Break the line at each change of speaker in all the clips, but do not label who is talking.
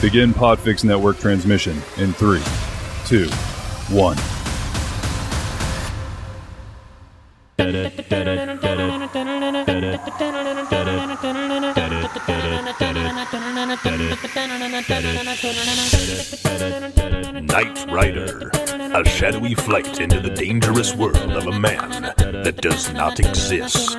Begin Podfix Network transmission in three, two, one.
Knight Rider, a shadowy flight into the dangerous world of a man that does not exist.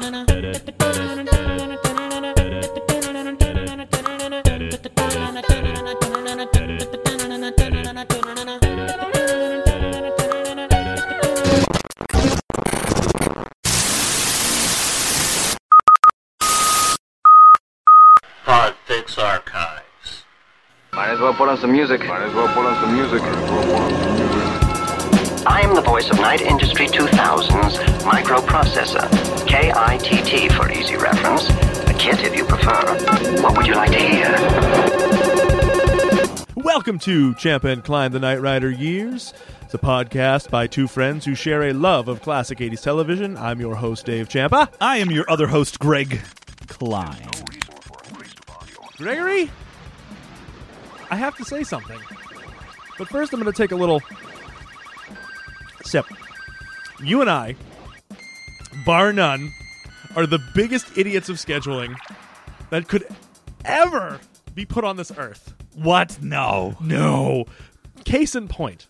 Podfix Archives.
Might as well put on some music. Might as well put on some music.
I'm the voice of Night Industry 2000's microprocessor, KITT for easy reference, a kit if you prefer. What would you like to hear?
Welcome to Champa and Klein, the Knight Rider Years. It's a podcast by two friends who share a love of classic 80s television. I'm your host, Dave Champa.
I am your other host, Greg Klein.
Gregory, I have to say something. But first, I'm going to take a little sip. You and I, bar none, are the biggest idiots of scheduling that could ever be put on this earth.
What? No.
No. Case in point,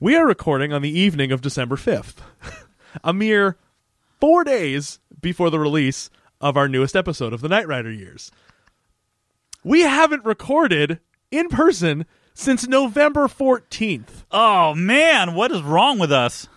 we are recording on the evening of December 5th, a mere four days before the release of our newest episode of the Knight Rider years. We haven't recorded in person since November 14th.
Oh, man, what is wrong with us?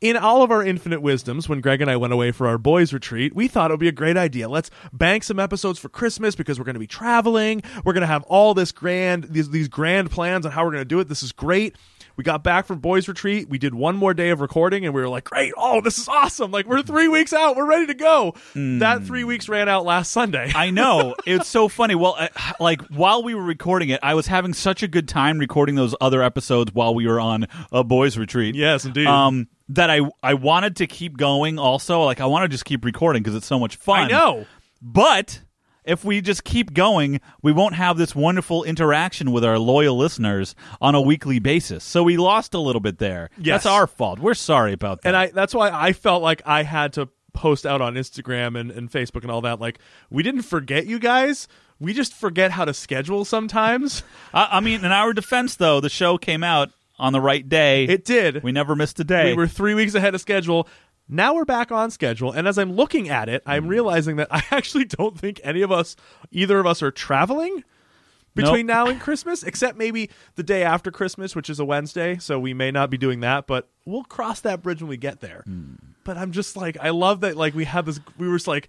In all of our infinite wisdoms, when Greg and I went away for our boys' retreat, we thought it would be a great idea. Let's bank some episodes for Christmas because we're going to be traveling. We're going to have all this grand, these, these grand plans on how we're going to do it. This is great. We got back from boys' retreat. We did one more day of recording and we were like, great. Oh, this is awesome. Like, we're three weeks out. We're ready to go. That three weeks ran out last Sunday.
I know. it's so funny. Well, I, like, while we were recording it, I was having such a good time recording those other episodes while we were on a boys' retreat.
Yes, indeed.
Um, that I, I wanted to keep going also. Like, I want to just keep recording because it's so much fun.
I know.
But if we just keep going, we won't have this wonderful interaction with our loyal listeners on a weekly basis. So we lost a little bit there.
Yes.
That's our fault. We're sorry about that.
and I that's why I felt like I had to post out on Instagram and, and Facebook and all that. Like we didn't forget you guys. We just forget how to schedule sometimes.
I, I mean, in our defense, though, the show came out on the right day.
It did.
We never missed a day.
We were three weeks ahead of schedule. Now we're back on schedule. And as I'm looking at it, I'm realizing that I actually don't think any of us, either of us, are traveling between now and Christmas, except maybe the day after Christmas, which is a Wednesday. So we may not be doing that, but we'll cross that bridge when we get there. But I'm just like, I love that, like, we had this, we were just like,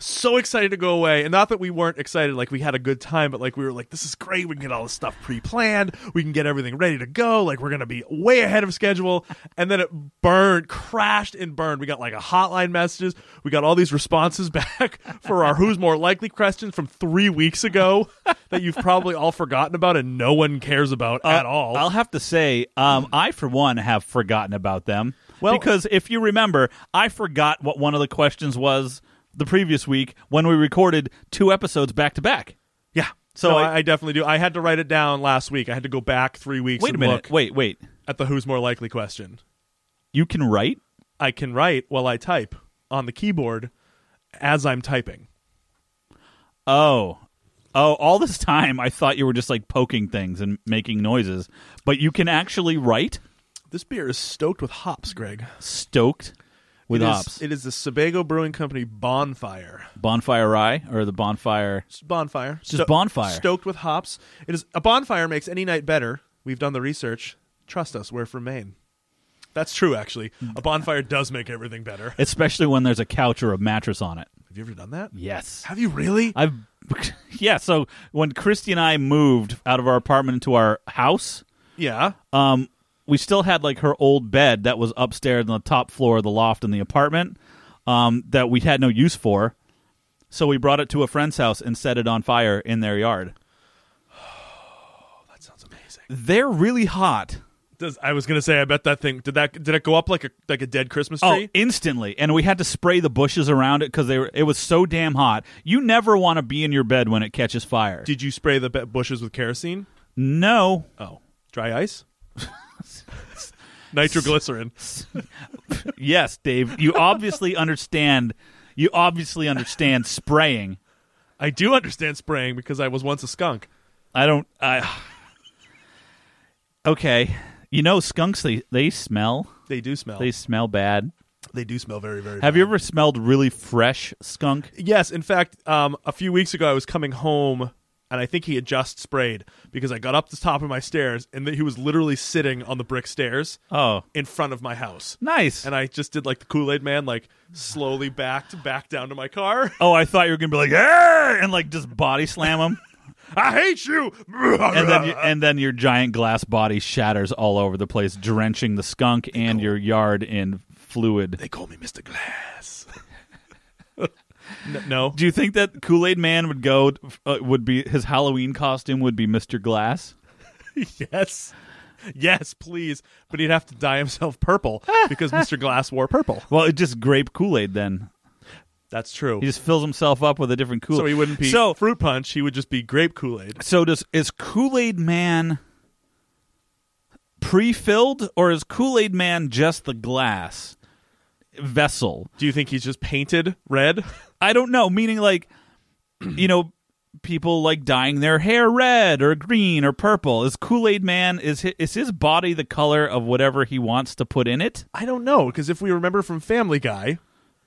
so excited to go away and not that we weren't excited like we had a good time but like we were like this is great we can get all this stuff pre-planned we can get everything ready to go like we're gonna be way ahead of schedule and then it burned crashed and burned we got like a hotline messages we got all these responses back for our who's more likely questions from three weeks ago that you've probably all forgotten about and no one cares about
Uh,
at all
I'll have to say, um, I for one have forgotten about them.
Well-
because if you remember, I forgot what one of the questions was the previous week when we recorded two episodes back to back.
yeah
So
so
I-
I, I definitely do i had to write it down last week i had to go back three weeks
Wait a
and
minute.
look
Wait, wait.
at the who's more likely question
You can write?
I can write while I type on the keyboard as I'm typing.
Oh. Oh, all this time I thought you were just like poking things and making noises, but you can actually write
This beer is stoked with hops, Greg.
stoked with
it is,
hops.
It is the Sebago Brewing Company Bonfire.
bonfire rye or the bonfire
It's bonfire.
Just bonfire.
Stoked with hops. It is a bonfire makes any night better. We've done the research. Trust us, we're from Maine. That's true, actually. A bonfire does make everything better.
especially when there's a couch or a mattress on it.
Have you ever done that?
Yes.
Have you really?
I've yeah, so when Christy and I moved out of our apartment into our house,
yeah.
um we still had like her old bed that was upstairs on the top floor of the loft in the apartment um that we had no use for. So we brought it to a friend's house and set it on fire in their yard.
That sounds amazing.
They're really hot.
Does I was gonna say I bet that thing did that did it go up like a like a dead Christmas
Oh,
tree?
instantly, and we had to spray the bushes around it because they were. It was so damn hot. You never want to be in your bed when it catches fire.
did you spray the be- bushes with kerosene?
no,
Oh, dry ice, nitroglycerin.
yes, Dave. You obviously understand. You obviously understand spraying.
I do understand spraying because I was once a skunk.
I don't. I. Okay, you know skunks. They they smell.
They do smell.
They smell bad.
they do smell very very.
Have you ever smelled really fresh skunk?
Yes, in fact, um, a few weeks ago I was coming home and I think he had just sprayed because I got up the top of my stairs and that he was literally sitting on the brick stairs
Oh,
in front of my house.
nice.
And I just did like the Kool Aid Man, like slowly backed back down to my car.
oh, I thought you were gonna be like, yeah, and like just body slam them,
I hate you.
and then you, and then your giant glass body shatters all over the place, drenching the skunk and your yard in fluid.
they call me Mr. Glass. N- no,
Do you think that Kool Aid Man would go? Uh, would be his Halloween costume would be Mr. Glass?
yes, yes, please. But he'd have to dye himself purple because Mr. Glass wore purple.
Well, it just grape Kool Aid then.
That's true.
He just fills himself up with a different Kool.
so he wouldn't be
so.
fruit punch. He would just be grape Kool Aid.
So does is Kool Aid Man pre-filled or is Kool Aid Man just the glass vessel?
Do you think he's just painted red?
I don't know. Meaning like, you know, people like dyeing their hair red or green or purple. Is Kool Aid Man is his, is his body the color of whatever he wants to put in it?
I don't know because if we remember from Family Guy,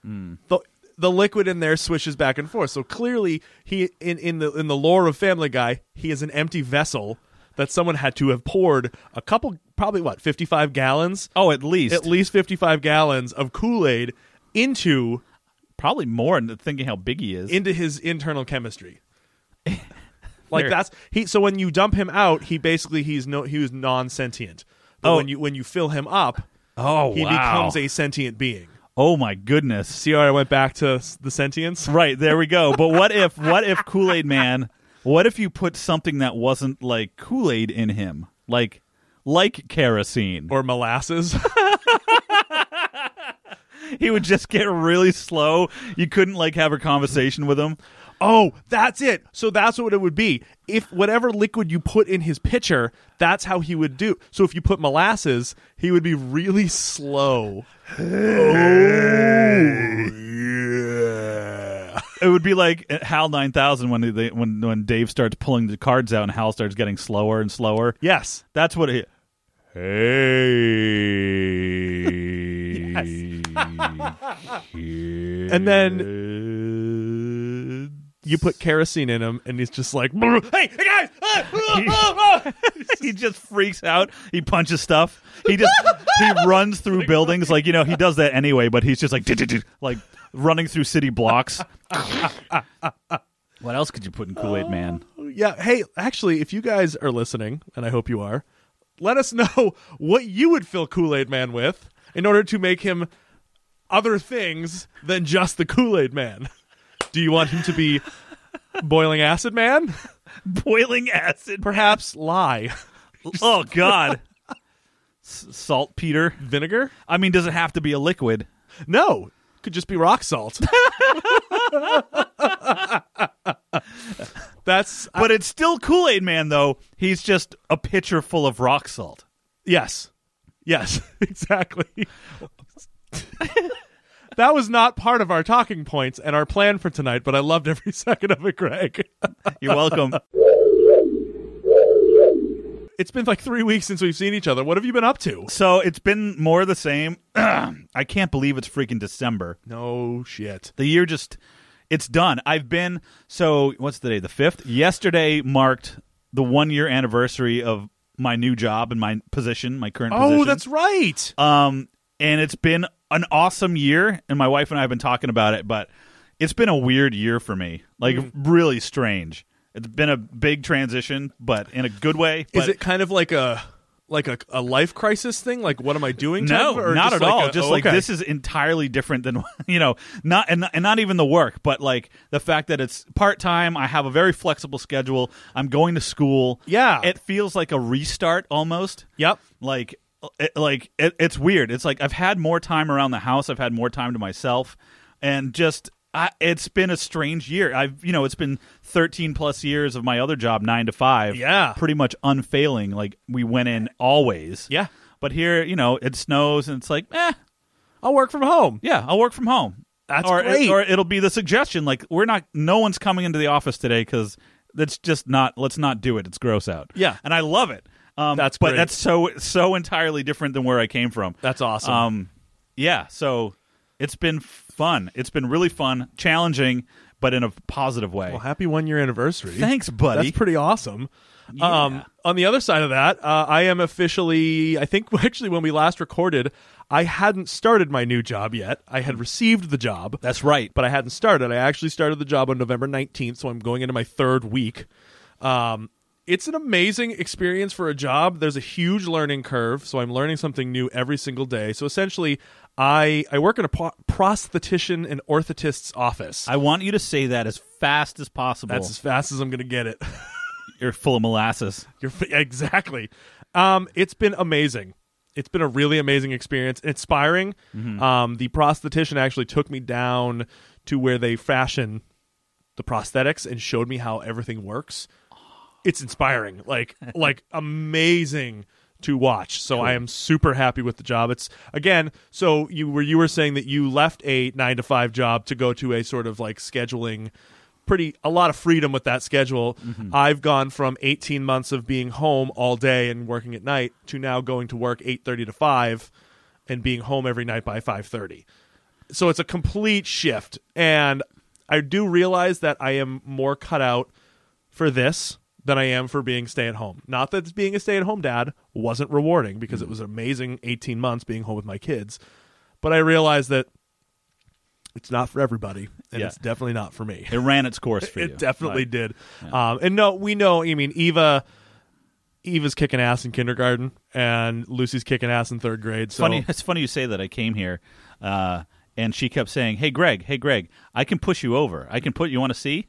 the the liquid in there swishes back and forth. So clearly, he in in the in the lore of Family Guy, he is an empty vessel that someone had to have poured a couple, probably what fifty five gallons,
Oh, at least
at least fifty five gallons of Kool Aid into
probably more. than Thinking how big he is.
into his internal chemistry. like
Fair.
that's he. So when you dump him out, he basically he's no he was non sentient. But
Oh.
when you when you fill him up,
oh,
he
wow.
becomes a sentient being.
oh my goodness.
See how I went back to s- the sentience?
Right, there we go. But what if what if Kool-Aid Man what if you put something that wasn't like Kool-Aid in him? Like like kerosene.
Or molasses?
He would just get really slow. You couldn't like have a conversation with him.
oh, that's it. So that's what it would be. If whatever liquid you put in his pitcher, that's how he would do. So if you put molasses, he would be really slow.
It would be like at Hal 9000 when they, when when Dave starts pulling the cards out and Hal starts getting slower and slower.
Yes.
That's what it
And then you put kerosene in him, and he's just like, hey, hey guys! ah, ah, ah, ah."
he just freaks out. He punches stuff. He just he runs through buildings like you know he does that anyway. But he's just like "Dit-dit-dit," like running through city blocks. what else could you put in Kool Aid Man?
Yeah. Hey, actually, if you guys are listening, and I hope you are, let us know what you would fill Kool Aid Man with in order to make him other things than just the Kool Aid Man. Do you want him to be boiling acid man?
Boiling acid.
Perhaps lye,
Oh God. S- saltpeter.
vinegar?
I mean, does it have to be a liquid?
No, could just be rock salt. That's I-
But it's still Kool Aid Man though. He's just a pitcher full of rock salt.
yes, yes, exactly. that was not part of our talking points and our plan for tonight, but I loved every second of it, Greg.
You're welcome.
it's been like three weeks since we've seen each other. What have you been up to?
so it's been more of the same. I can't believe it's freaking December.
No shit.
The year just it's done. I've been so what's the day? The fifth. Yesterday marked the one year anniversary of my new job and my position, my current position.
Oh, that's right.
um and it's been an awesome year and my wife and I have been talking about it, but it's been a weird year for me. Like
Mm-hmm.
really strange. It's been a big transition, but in a good way. But
Is it kind of like a like a, a life crisis thing? Like, what am I doing? type
No,
of- or
not
just
at
like
all.
a-
just
oh,
like
okay.
this is entirely different than you know, not and, and not even the work, but like the fact that it's part time. I have a very flexible schedule. I'm going to school.
Yeah.
it feels like a restart almost.
Yep.
Like, it, like it, it's weird. It's like I've had more time around the house. I've had more time to myself, and just. I, it's been a strange year. I've, you know, it's been 13 plus years of my other job, nine to five.
Yeah.
Pretty much unfailing. Like, we went in always.
Yeah.
But here, you know, it snows and it's like, eh,
I'll work from home.
yeah, I'll work from home.
That's
or,
great.
Or it'll be the suggestion like we're not, no one's coming into the office today because that's just not. Let's not do it. It's gross out.
Yeah.
and I love it. Um,
That's
but
great.
that's so so entirely different than where I came from.
That's awesome.
Um, yeah. So it's been fun. It's been really fun, challenging, but in a positive way.
Well, happy one year anniversary.
Thanks, buddy.
That's pretty awesome. Um, on the other side of that, uh, I am officially, I think actually when we last recorded, I hadn't started my new job yet. I had received the job.
That's right.
But I hadn't started. I actually started the job on November 19th, so I'm going into my third week. Um, it's an amazing experience for a job. There's a huge learning curve, so I'm learning something new every single day. So essentially, I, I work in a pro- prosthetician and orthotist's office.
I want you to say that as fast as possible.
That's as fast as I'm going to get it.
You're full of molasses.
You're f- exactly. Um, it's been amazing. It's been a really amazing experience, inspiring. Um, the prosthetician actually took me down to where they fashion the prosthetics and showed me how everything works. It's inspiring, like like amazing to watch. So I am super happy with the job. It's again, so you were you were saying that you left a nine to five job to go to a sort of like scheduling pretty a lot of freedom with that schedule. I've gone from 18 months of being home all day and working at night to now going to work 8:30 to 5 and being home every night by 5:30. So it's a complete shift and I do realize that I am more cut out for this than I am for being stay at home. Not that being a stay at home dad wasn't rewarding because
Mm.
it was an amazing 18 months being home with my kids, but I realized that it's not for everybody and
Yeah.
it's definitely not for me.
It ran its course for you.
It definitely
Like,
did. Um, and no, we know. I mean, Eva, Eva's kicking ass in kindergarten, and Lucy's kicking ass in third grade. So
funny. It's funny you say that. I came here, uh, and she kept saying, "Hey, Greg. Hey, Greg. I can push you over. I can put you want to see."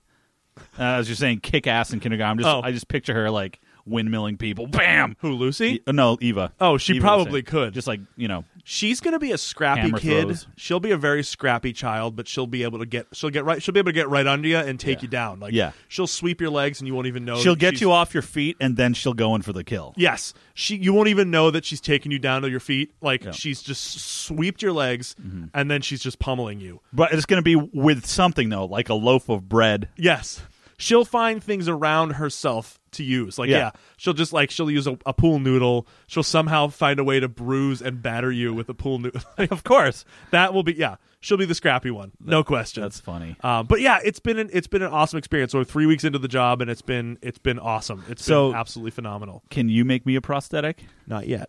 Uh, as you're saying, kick ass in kindergarten. I'm just,
Oh.
I just picture her like windmilling people. Bam.
who Lucy?
E- no, Eva.
Oh, she
Eva was
probably
saying.
could.
Just like you know,
She's gonna be a scrappy
Hammer
kid.
throws.
She'll be a very scrappy child, but she'll be able to get. She'll get right. She'll be able to get right under you and take you down. Like
Yeah.
she'll sweep your legs, and you won't even know.
she'll
that
get
Oh, she's-
you off your feet, and then she'll go in for the kill.
Yes, she. You won't even know that she's taking you down to your feet. Like
Yeah. Mm-hmm.
she's just sweeped your legs, and then she's just pummeling you.
But it's going to be with something though, like a loaf of bread.
Yes. She'll find things around herself to use. Like, yeah,
Yeah.
she'll just like she'll use a, a pool noodle. She'll somehow find a way to bruise and batter you with a pool noodle.
Of course.
that will be yeah. She'll be the scrappy one, no question.
That's funny.
Um, but yeah, it's been an it's been an awesome experience. We're three weeks into the job, and it's been it's been awesome. It's
So-
been absolutely phenomenal.
Can you make me a prosthetic?
Not yet.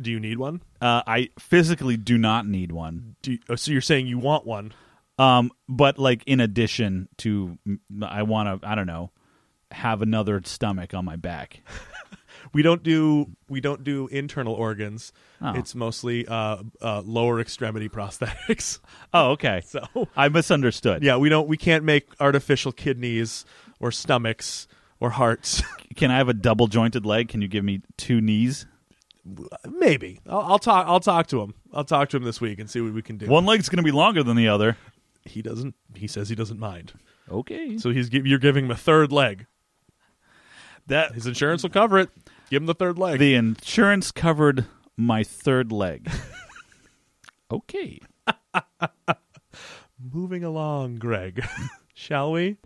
Do you need one?
Uh, I physically do not need one.
Do you, oh, so you're saying you want one?
Um, but like in addition to, I want to, I don't know, have another stomach on my back.
We don't do we don't do internal organs.
Oh.
It's mostly uh, uh, lower extremity prosthetics.
Oh, okay.
So-
I misunderstood.
Yeah, we don't. We can't make artificial kidneys or stomachs or hearts.
Can I have a double jointed leg? Can you give me two knees?
Maybe I'll, I'll talk. I'll talk to him. I'll talk to him this week and see what we can do.
One leg's going to be longer than the other.
he doesn't. He says he doesn't mind.
Okay.
So he's gi- you're giving him a third leg.
that
His insurance will cover it. Give him the third leg.
the insurance covered my third leg. okay.
Moving along, Greg. Shall we?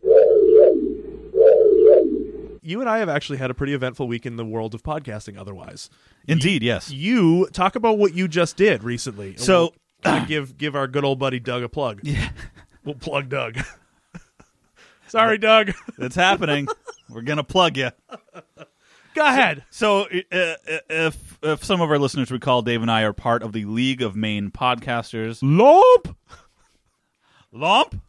You and I have actually had a pretty eventful week in the world of podcasting. Otherwise,
Indeed, yes.
you talk about what you just did recently. and
So-
we'll kinda give give our good old buddy Doug a plug. Yeah, we'll plug Doug. Sorry, Doug.
It's happening. We're going to plug you.
Go ahead.
So, uh, uh, if if some of our listeners recall, Dave and I are part of the League of Maine Podcasters.
Lope.
Lump.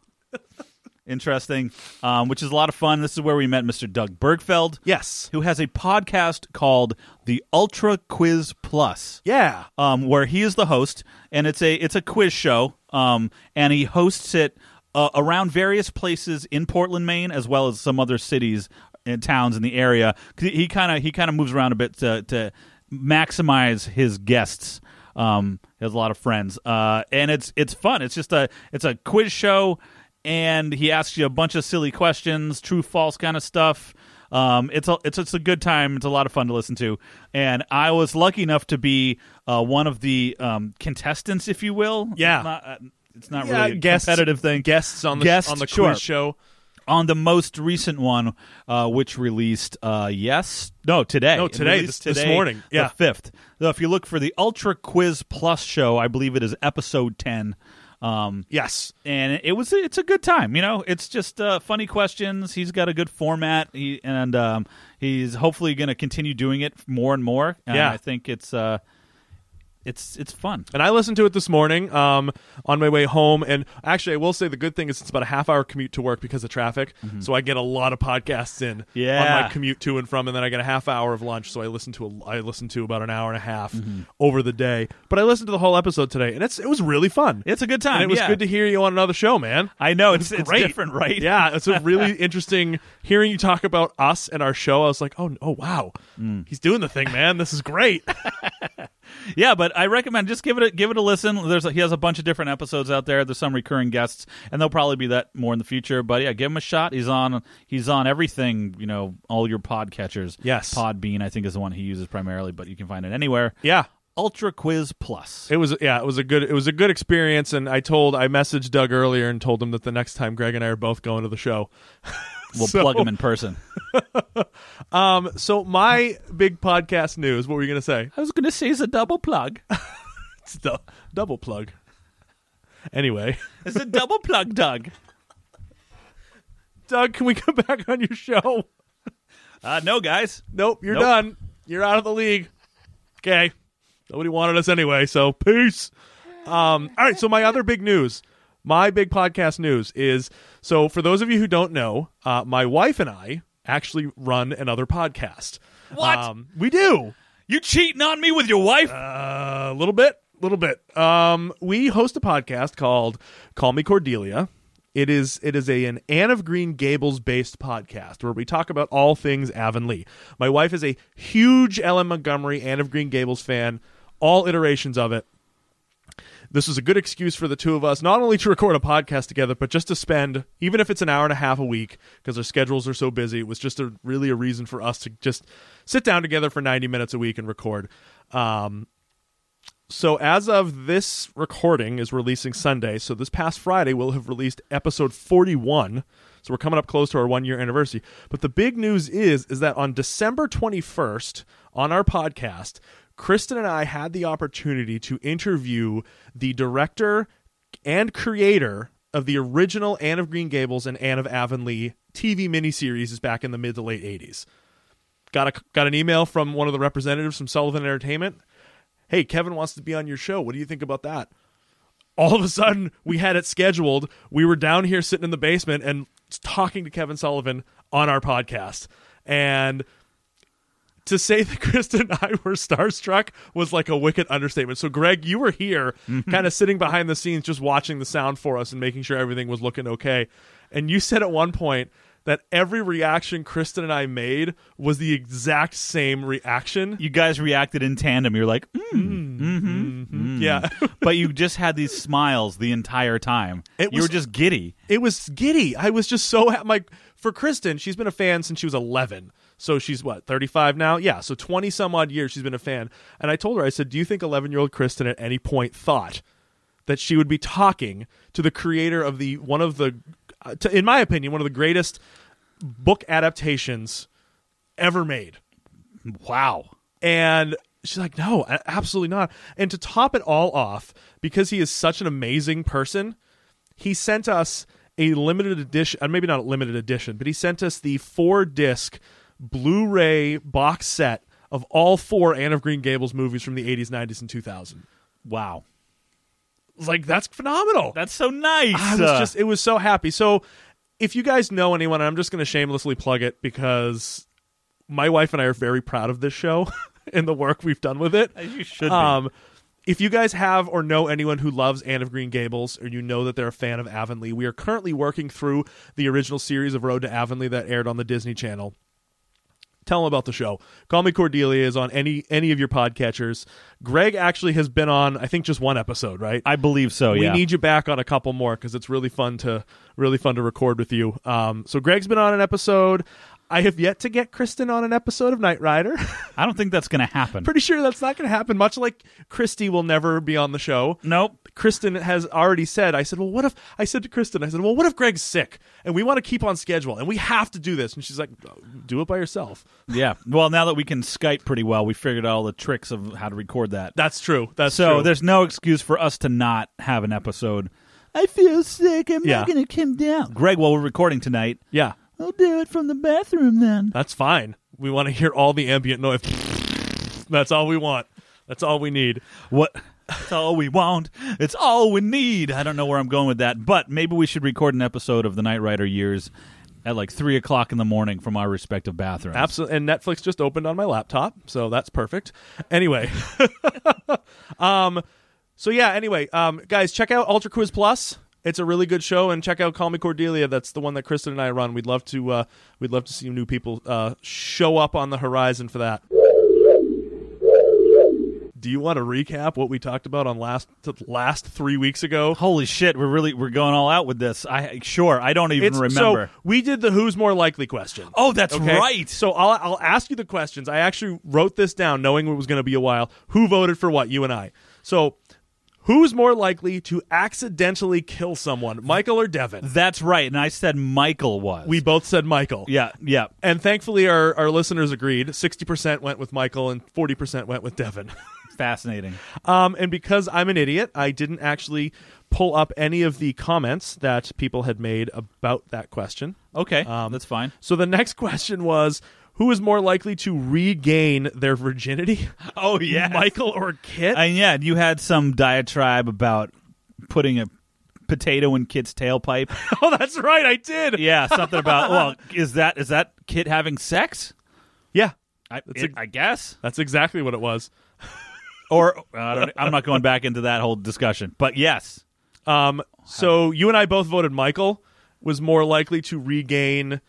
interesting, um, which is a lot of fun. This is where we met Mr. Doug Bergfeld,
Yes.
who has a podcast called The Ultra Quiz Plus.
Yeah.
um, where he is the host, and it's a it's a quiz show, um, and he hosts it uh, around various places in Portland, Maine, as well as some other cities and towns in the area. 'Cause He kind of he kind of moves around a bit to to maximize his guests. Um, he has a lot of friends, uh, and it's it's fun. It's just a it's a quiz show, and he asks you a bunch of silly questions, true false kind of stuff. Um, it's a it's it's a good time. It's a lot of fun to listen to, and I was lucky enough to be uh, one of the um, contestants, if you will.
Yeah.
It's not, uh, it's not
Yeah,
really a
guests-
competitive thing.
Guests on the
Guests,
on the
sure.
quiz show.
on the most recent one, uh, which released uh, yes, no, today,
No,
It
today,
released
this- this morning. Yeah.
the fifth. So if you look for the Ultra Quiz Plus show, I believe it is episode ten. Um,
Yes.
and it was it's a good time. You know, it's just uh, funny questions. He's got a good format, he, and um, he's hopefully going to continue doing it more and more. And
Yeah.
I think it's uh, it's it's fun.
And I listened to it this morning um, on my way home. And actually, I will say the good thing is it's about a half hour commute to work because of traffic. So I get a lot of podcasts in on
Mm-hmm. Yeah.
my commute to and from, and then I get a half hour of lunch. So I listen to a, I listen to about an hour and a half
Mm-hmm.
over the day. But I listened to the whole episode today, and it's it was really fun.
It's a good
and
time.
it was
yeah.
good to hear you on another show, man.
I know it's it's
great.
different, right?
Yeah, it's a really interesting hearing you talk about us and our show. I was like, oh, oh wow,
Mm.
he's doing the thing, man. This is great.
yeah, but I recommend just give it a, give it a listen. There's a, he has a bunch of different episodes out there. There's some recurring guests, and there'll probably be that more in the future. But yeah, give him a shot. He's on he's on everything. You know, all your podcatchers.
Yes.
Podbean I think is the one he uses primarily, but you can find it anywhere.
yeah,
Ultra Quiz Plus.
It was yeah, it was a good it was a good experience, and I told I messaged Doug earlier and told him that the next time Greg and I are both going to the show.
We'll
so-
plug him in person.
Um, so my big podcast news. What were you gonna say?
I was going to say it's a double plug.
It's du- double plug. Anyway,
It's a double plug, Doug.
Doug, can we come back on your show?
Uh, no, guys.
Nope, you're
Nope.
done. You're out of the league. Okay. Nobody wanted us anyway, so peace. Um, all right, so my other big news, my big podcast news is so for those of you who don't know, uh, my wife and I actually run another podcast.
What?
Um, we do.
You cheating on me with your wife?
A little bit, little bit. Um, we host a podcast called Call Me Cordelia. It is it is a, an Anne of Green Gables based podcast where we talk about all things Avonlea. My wife is a huge Ellen Montgomery Anne of Green Gables fan, all iterations of it. This is a good excuse for the two of us not only to record a podcast together, but just to spend even if it's an hour and a half a week because our schedules are so busy. It was just a really a reason for us to just sit down together for ninety minutes a week and record. Um, so as of this recording is releasing Sunday, so this past Friday we'll have released episode 41. So we're coming up close to our 1 year anniversary. But the big news is is that on December 21st on our podcast, Kristen and I had the opportunity to interview the director and creator of the original Anne of Green Gables and Anne of Avonlea TV miniseries back in the mid to late 80s got a got an email from one of the representatives from Sullivan Entertainment. Hey, Kevin wants to be on your show. What do you think about that? All of a sudden, we had it scheduled. We were down here sitting in the basement and talking to Kevin Sullivan on our podcast. And to say that Kristen and I were starstruck was like a wicked understatement. So, Greg, you were here, kind of sitting behind the scenes, just watching the sound for us and making sure everything was looking okay. And you said at one point that every reaction Kristen and I made was the exact same reaction.
You guys reacted in tandem. You're like, mm.
Yeah.
but you just had these smiles the entire time.
It
you
was-
were just giddy.
it was giddy. I was just so ha- like for Kristen, she's been a fan since she was 11. So she's what 35 now? Yeah, so 20 some odd years she's been a fan. And I told her I said, "Do you think 11-year-old Kristen at any point thought that she would be talking to the creator of the one of the uh, to, in my opinion, one of the greatest book adaptations ever made?"
Wow.
And she's like, no, a- absolutely not. And to top it all off, because he is such an amazing person, he sent us a limited edition, uh, maybe not a limited edition, but he sent us the four disc Blu ray box set of all four Anne of Green Gables movies from the 80s, 90s, and 2000.
Wow.
Like, that's phenomenal.
That's so nice.
I was just, it was so happy. So if you guys know anyone, and I'm just going to shamelessly plug it because my wife and I are very proud of this show and the work we've done with it.
Uh, You should be.
Um, if you guys have or know anyone who loves Anne of Green Gables, or you know that they're a fan of Avonlea, we are currently working through the original series of Road to Avonlea that aired on the Disney Channel. Tell them about the show. Call Me Cordelia is on any any of your podcatchers. Greg actually has been on, I think, just one episode, right?
I believe so.
we
yeah.
need you back on a couple more because it's really fun to really fun to record with you. Um, so Greg's been on an episode. I have yet to get Kristen on an episode of Knight Rider.
I don't think that's going to happen.
Pretty sure that's not going to happen. Much like Christy will never be on the show.
nope.
Kristen has already said, I said, well, what if, I said to Kristen, I said, well, what if Greg's sick and we want to keep on schedule and we have to do this? And she's like, "Oh, do it by yourself.
Yeah. Well, now that we can Skype pretty well, we figured out all the tricks of how to record that.
That's true. That's
so
true.
there's no excuse for us to not have an episode. I feel sick. I'm
Yeah.
not going to come down. Greg, while we're recording tonight,
Yeah,
I'll do it from the bathroom then.
that's fine. We want to hear all the ambient noise. That's all we want. That's all we need.
What? That's all we want. It's all we need. I don't know where I'm going with that, but maybe we should record an episode of the Knight Rider years at like three o'clock in the morning from our respective bathrooms.
Absolutely. And Netflix just opened on my laptop, so that's perfect. Anyway. um so yeah, anyway, um guys, check out Ultra Quiz Plus. It's a really good show and check out Call Me Cordelia. That's the one that Kristen and I run. We'd love to uh we'd love to see new people uh show up on the horizon for that. Do you want to recap what we talked about on last last 3 weeks ago?
Holy shit, we're really we're going all out with this. I sure I don't even
It's-
remember.
So we did the who's more likely question.
oh, that's
Okay?
right.
So I'll I'll ask you the questions. I actually wrote this down knowing it was going to be a while. Who voted for what? You and I. So who's more likely to accidentally kill someone, Michael or Devin?
That's right. And I said Michael was.
We both said Michael.
yeah yeah.
And thankfully, our, our listeners agreed. 60% went with Michael and 40% went with Devin.
Fascinating.
Um, and because I'm an idiot, I didn't actually pull up any of the comments that people had made about that question.
Okay, that's fine.
So the next question was who is more likely to regain their virginity?
Oh yeah,
Michael or Kit?
And yeah, you had some diatribe about putting a potato in Kit's tailpipe.
oh, that's right, I did.
yeah, something about well, is that is that Kit having sex?
Yeah,
I,
That's
it-
a-
I guess.
that's exactly what it was.
Or uh, I don't, I'm not going back into that whole discussion. But yes,
Um, so you and I both voted Michael was more likely to regain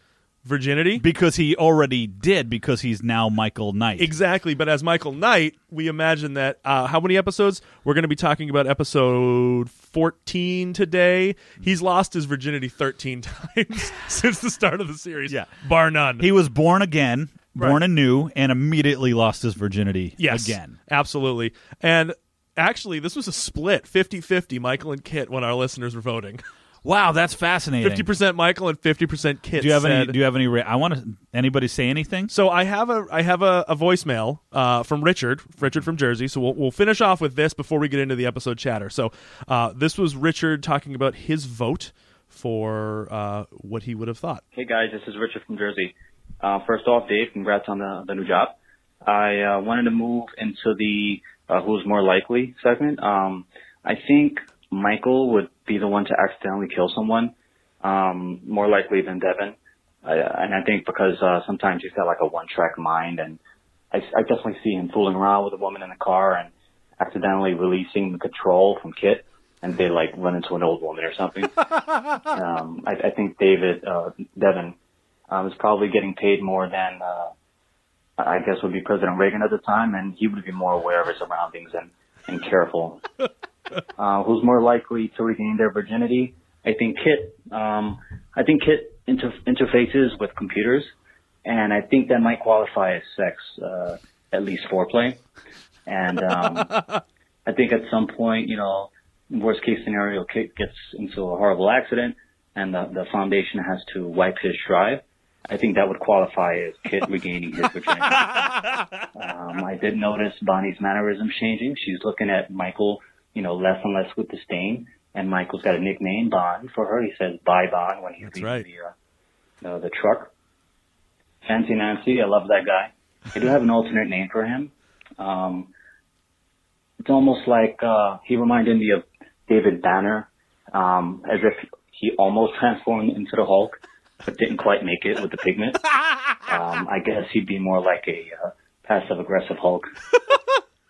virginity.
because he already did. Because he's now Michael Knight.
Exactly, but as Michael Knight, we imagine that uh, how many episodes? We're going to be talking about episode 14 today. He's lost his virginity 13 times since the start of the series.
Yeah.
Bar none.
he was born again,
Right.
born anew, and immediately lost his virginity
yes,
again.
Absolutely. And actually, this was a split 50 50 Michael and Kit when our listeners were voting.
Wow, that's fascinating.
50% Michael and 50% Kit.
Do you have any?
said-
Do you have any? Re- I want to. Anybody say anything?
so I have a I have a, a voicemail uh, from Richard Richard from Jersey. So we'll, we'll finish off with this before we get into the episode chatter. So uh, this was Richard talking about his vote for uh, what he would have thought.
Hey guys, this is Richard from Jersey. Uh, first off, Dave, congrats on the, the new job. I uh, wanted to move into the uh, who's more likely segment. Um, I think Michael would be the one to accidentally kill someone, um, more likely than Devin. I, and I think because uh, sometimes he's got like a one-track mind, and I, I definitely see him fooling around with a woman in the car and accidentally releasing the control from Kit, and they like run into an old woman or something. um, I, I think David uh, Devin um, is probably getting paid more than uh, I guess would be President Reagan at the time, and he would be more aware of his surroundings and and careful. uh, who's more likely to regain their virginity? I think Kit. Um, I think Kit inter- interfaces with computers, and I think that might qualify as sex, uh, at least foreplay. And um, I think at some point, you know, worst case scenario, Kit gets into a horrible accident and the, the foundation has to wipe his drive. I think that would qualify as Kit regaining his virginity. um, I did notice Bonnie's mannerisms changing. She's looking at Michael, you know, less and less with disdain. And Michael's got a nickname, Bond, for her. He says, bye, Bond, when he's leaving
right.
the, uh, uh, the truck. Fancy Nancy, I love that guy. I do have an alternate name for him. Um, it's almost like uh, he reminded me of David Banner, um, as if He almost transformed into the Hulk, but didn't quite make it with the pigment. Um, I guess he'd be more like a uh, passive aggressive Hulk.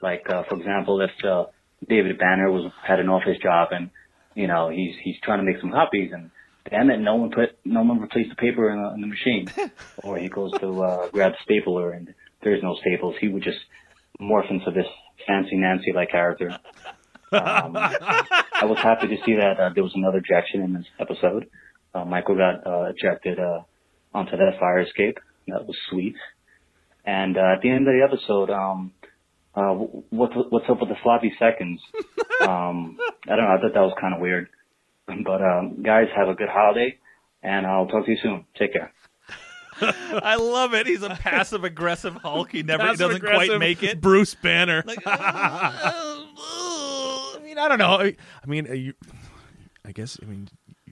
like, uh, for example, if uh, David Banner was had an office job and you know he's he's trying to make some copies and damn it, no one put no one replaced the paper in, the- in the machine, or he goes to uh, grab the stapler and there's no staples. He would just morph into this fancy Nancy like character. Um, I was happy to see that uh, there was another ejection in this episode. Uh, Michael got uh, ejected uh, onto that fire escape. That was sweet. And uh, at the end of the episode, um, uh, wh- what's what's up with the sloppy seconds? Um, I don't know. I thought that was kind of weird. But um, guys, have a good holiday, and I'll talk to you soon. Take care.
I love it. He's a passive aggressive Hulk. He never he doesn't
Passive-aggressive
quite make it.
Bruce Banner.
Like, uh,
I mean, I don't know. I, I mean, uh, you, I guess. I mean,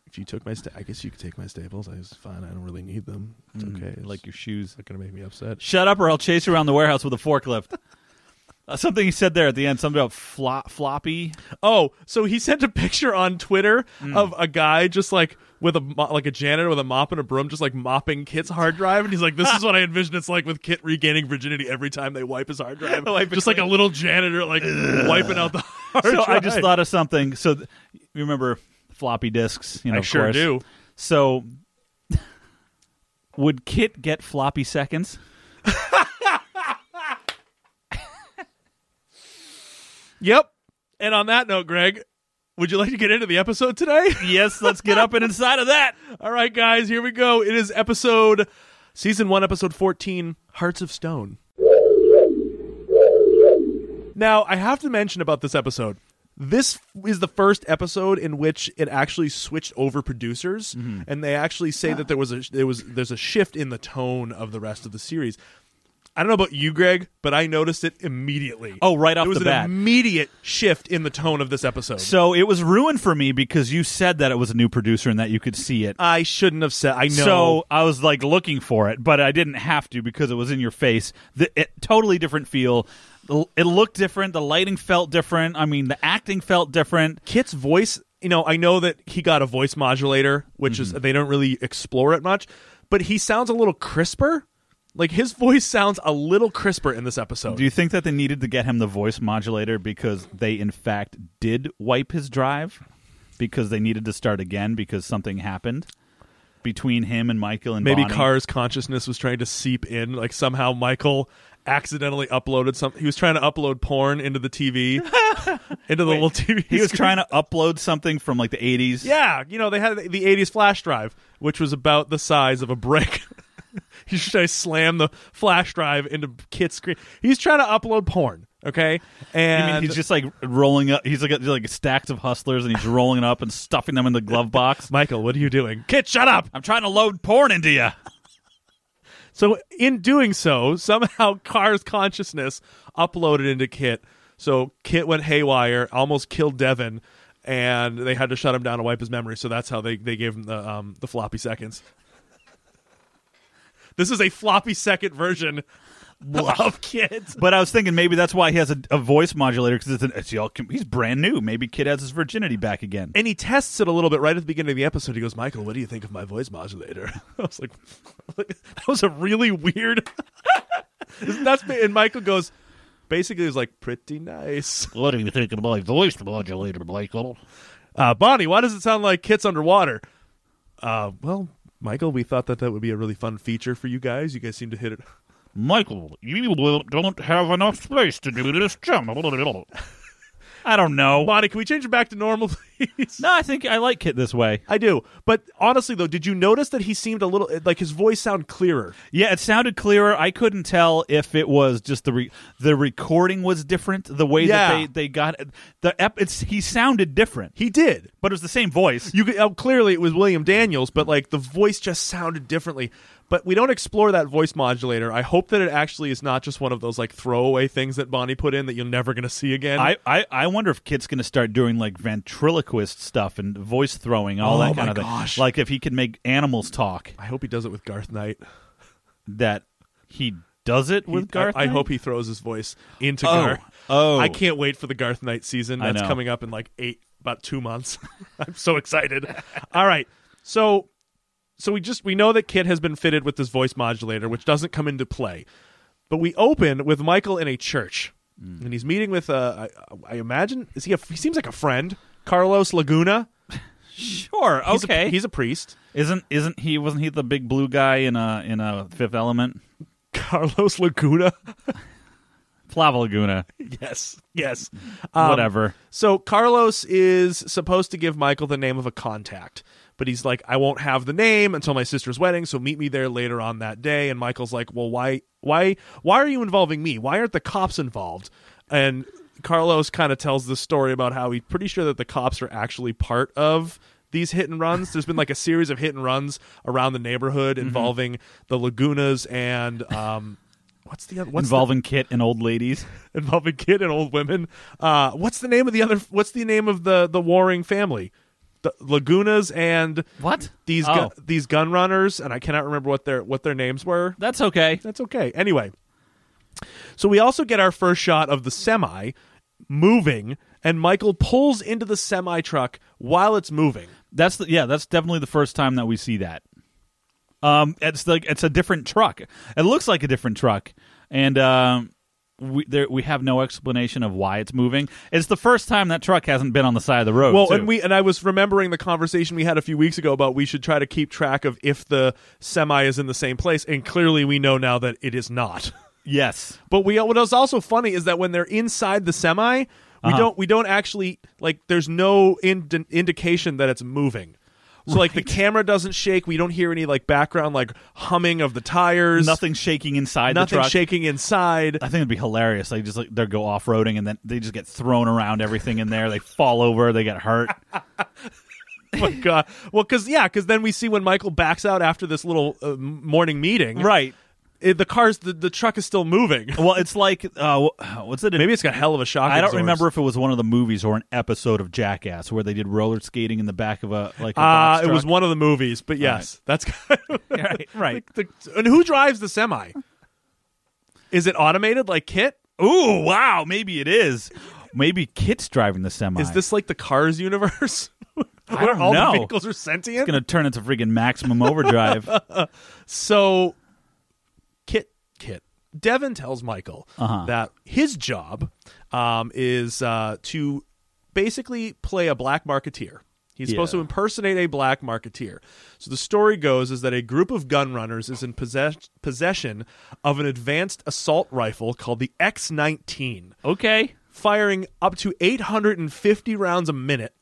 if you took my, sta- I guess you could take my staples. I was fine. I don't really need them. It's okay. It's
like your shoes.
not gonna make me upset.
Shut up, or I'll chase you around the warehouse with a forklift. Uh, something he said there at the end. Something about flop, floppy.
Oh, so he sent a picture on Twitter
Mm.
of a guy just like with a mo- like a janitor with a mop and a broom, just like mopping Kit's hard drive, and he's like, "This is what I envision it's like with Kit regaining virginity every time they wipe his hard drive,
Wipe it
just like a little janitor like wiping out the hard
so
drive."
I just thought of something. So th- you remember floppy disks? You know,
I
of
sure
course.
do.
So would Kit get floppy seconds?
Yep. And on that note, Greg, would you like to get into the episode today?
Yes, let's get up and inside of that.
All right, guys, here we go. It is episode, season one, episode 14 Hearts of Stone. Now, I have to mention about this episode. This is the first episode in which it actually switched over producers,
Mm-hmm.
and they actually say that there was a there was there's a shift in the tone of the rest of the series. I don't know about you, Greg, but I noticed it immediately.
Oh, right off
There was
the
an
bat.
immediate shift in the tone of this episode.
So it was ruined for me because you said that it was a new producer and that you could see it.
I shouldn't have said. I know.
So I was like looking for it, but I didn't have to because it was in your face. The, it totally different feel. The- It looked different. The lighting felt different. I mean, the acting felt different.
Kit's voice, you know, I know that he got a voice modulator, which is they don't really explore it much, but he sounds a little crisper. Like his voice sounds a little crisper in this episode.
Do you think that they needed to get him the voice modulator because they in fact did wipe his drive because they needed to start again because something happened between him and Michael and
Maybe
Bonnie?
Carr's consciousness was trying to seep in, like somehow Michael accidentally uploaded something. He was trying to upload porn into the TV, into the little TV.
He was
screen.
trying to upload something from like the 80s.
Yeah, you know, they had the 80s flash drive, which was about the size of a brick. He should I slam the flash drive into Kit's screen. He's trying to upload porn, okay? And
I mean, he's just like rolling up. He's like like stacks of hustlers, and he's rolling it up and stuffing them in the glove box.
Michael, what are you doing? Kit, shut up.
I'm trying to load porn into you.
So in doing so, somehow Car's consciousness uploaded into Kit. So Kit went haywire, almost killed Devin, and they had to shut him down and wipe his memory. So that's how they, they gave him the um, the floppy seconds. This is a floppy second version of Kit.
But I was thinking maybe that's why he has a, a voice modulator because it's, an- it's y'all. can- He's brand new. Maybe kid has his virginity back again.
And he tests it a little bit right at the beginning of the episode. He goes, Michael, what do you think of my voice modulator? I was like, that was a really weird. That's and Michael goes, basically, he's like, pretty nice.
What do you think of my voice modulator, Michael?
Uh, Bonnie, why does it sound like Kit's underwater? Uh, well, Michael, we thought that that would be a really fun feature for you guys. You guys seem to hit it.
Michael, you will- don't have enough space to do this job.
I don't know.
Bonnie, can we change it back to normal, please?
No, I think I like Kit this way.
I do, but honestly though, did you notice that he seemed a little like his voice sound clearer?
Yeah, it sounded clearer. I couldn't tell if it was just the re- the recording was different. The way that
Yeah.
they they got it. the ep- it's he sounded different,
He did.
but it was the same voice.
You could, oh, clearly it was William Daniels, but like the voice just sounded differently. But we don't explore that voice modulator. I hope that it actually is not just one of those like throwaway things that Bonnie put in that you're never going to see again.
I, I, I wonder if Kit's going to start doing like ventriloquist stuff and voice throwing, all
Oh
that kind
my
of thing.
gosh.
Like if he could make animals talk,
I hope he does it with Garth Knight.
that he does it
He-
with Garth.
I, I
Knight?
hope he throws his voice into
Oh.
Garth.
Oh.
I can't wait for the Garth Knight season
I
that's
know.
coming up in like eight about two months. I'm so excited. All right, so so we just we know that Kit has been fitted with this voice modulator, which doesn't come into play, but we open with Michael in a church,
Hmm.
and he's meeting with uh, I, I imagine is he a, he seems like a friend Carlos Laguna.
Sure.
He's a-
okay.
he's a priest.
isn't isn't he? Wasn't he the big blue guy in a in a Fifth Element?
Carlos Laguna.
Flava Laguna.
yes, yes.
Hmm.
Um,
Whatever.
So Carlos is supposed to give Michael the name of a contact, but he's like, I won't have the name until my sister's wedding, so meet me there later on that day. And Michael's like, Well, why why why are you involving me? Why aren't the cops involved? And Carlos kind of tells this story about how he's pretty sure that the cops are actually part of these hit and runs. There's been like a series of hit and runs around the neighborhood involving the Lagunas and um, what's the other what's the-
Involving Kit and old ladies.
involving kid and old women. Uh, what's the name of the other? What's the name of the the warring family? The Lagunas and
What?
these
Oh.
gun, these gun runners, and I cannot remember what their what their names were.
That's okay.
That's okay. Anyway, so we also get our first shot of the semi moving, and Michael pulls into the semi truck while it's moving.
That's the, yeah. That's definitely the first time that we see that. Um, it's like it's a different truck. It looks like a different truck, and um, we there we have no explanation of why it's moving. It's the first time that truck hasn't been on the side of the road.
Well,
too.
and we and I was remembering the conversation we had a few weeks ago about we should try to keep track of if the semi is in the same place, and clearly we know now that it is not.
yes,
But we what is also funny is that when they're inside the semi, we
Uh-huh.
don't we don't actually like. There's no ind- indication that it's moving. So like the camera doesn't shake. We don't hear any like background like humming of the tires.
nothing shaking inside
nothing
the truck.
shaking inside.
I think it'd be hilarious. They just like they go off roading and then they just get thrown around everything in there. They fall over. They get hurt.
Oh my god. Well, because yeah, because then we see when Michael backs out after this little uh, m- morning meeting. it-
right.
the cars the, the truck is still moving.
Well, it's like uh, wh- what's it?
Maybe it's got hell of a shock.
I don't
absorbers.
remember if it was one of the movies or an episode of Jackass where they did roller skating in the back of a like. A
Uh,
box
it was
truck.
one of the movies, but yes, that's
Right, right.
The- the- and who drives the semi? Is it automated like Kit?
Ooh, wow! Maybe it is. Maybe Kit's driving the semi.
Is this like the Cars universe? Where
don't
all
know.
the vehicles are sentient?
going to turn into freaking maximum overdrive?
So Kit Kit Devin tells Michael that his job um, is uh, to basically play a black marketeer. He's supposed to
Yeah.
impersonate a black marketeer. So the story goes is that a group of gun runners is in possess- possession of an advanced assault rifle called the X19,
okay.
firing up to 850 rounds a minute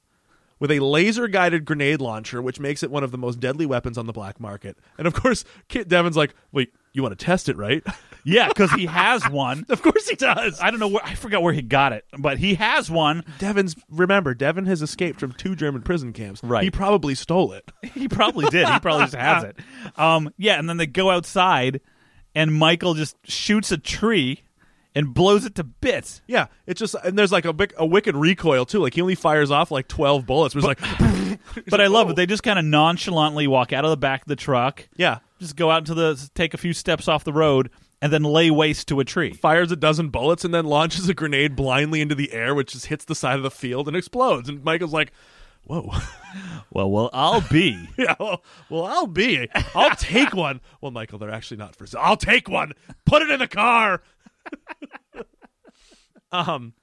with a laser guided grenade launcher, which makes it one of the most deadly weapons on the black market. And of course, Kit Devin's like, wait, you want to test it, right?
Yeah, because he has one.
of course he does.
I don't know. Where, I forgot where he got it, but he has one.
Devin's, remember, Devin has escaped from two German prison camps.
Right.
He probably stole it.
He probably did. He probably just has it. Um, yeah, and then they go outside, and Michael just shoots a tree and blows it to bits.
Yeah, it's just, and there's like a, big, a wicked recoil too. Like he only fires off like 12 bullets, but it's like, "Oh."
But I love it. They just kind of nonchalantly walk out of the back of the truck,
yeah,
just go out into the, take a few steps off the road, and then lay waste to a tree.
fires a dozen bullets and then launches a grenade blindly into the air, which just hits the side of the field and explodes. And Michael's like, whoa.
Well, well, I'll be.
Yeah, well, well, I'll be. I'll take one. Well, Michael, they're actually not for sale. I'll take one. Put it in the car. um,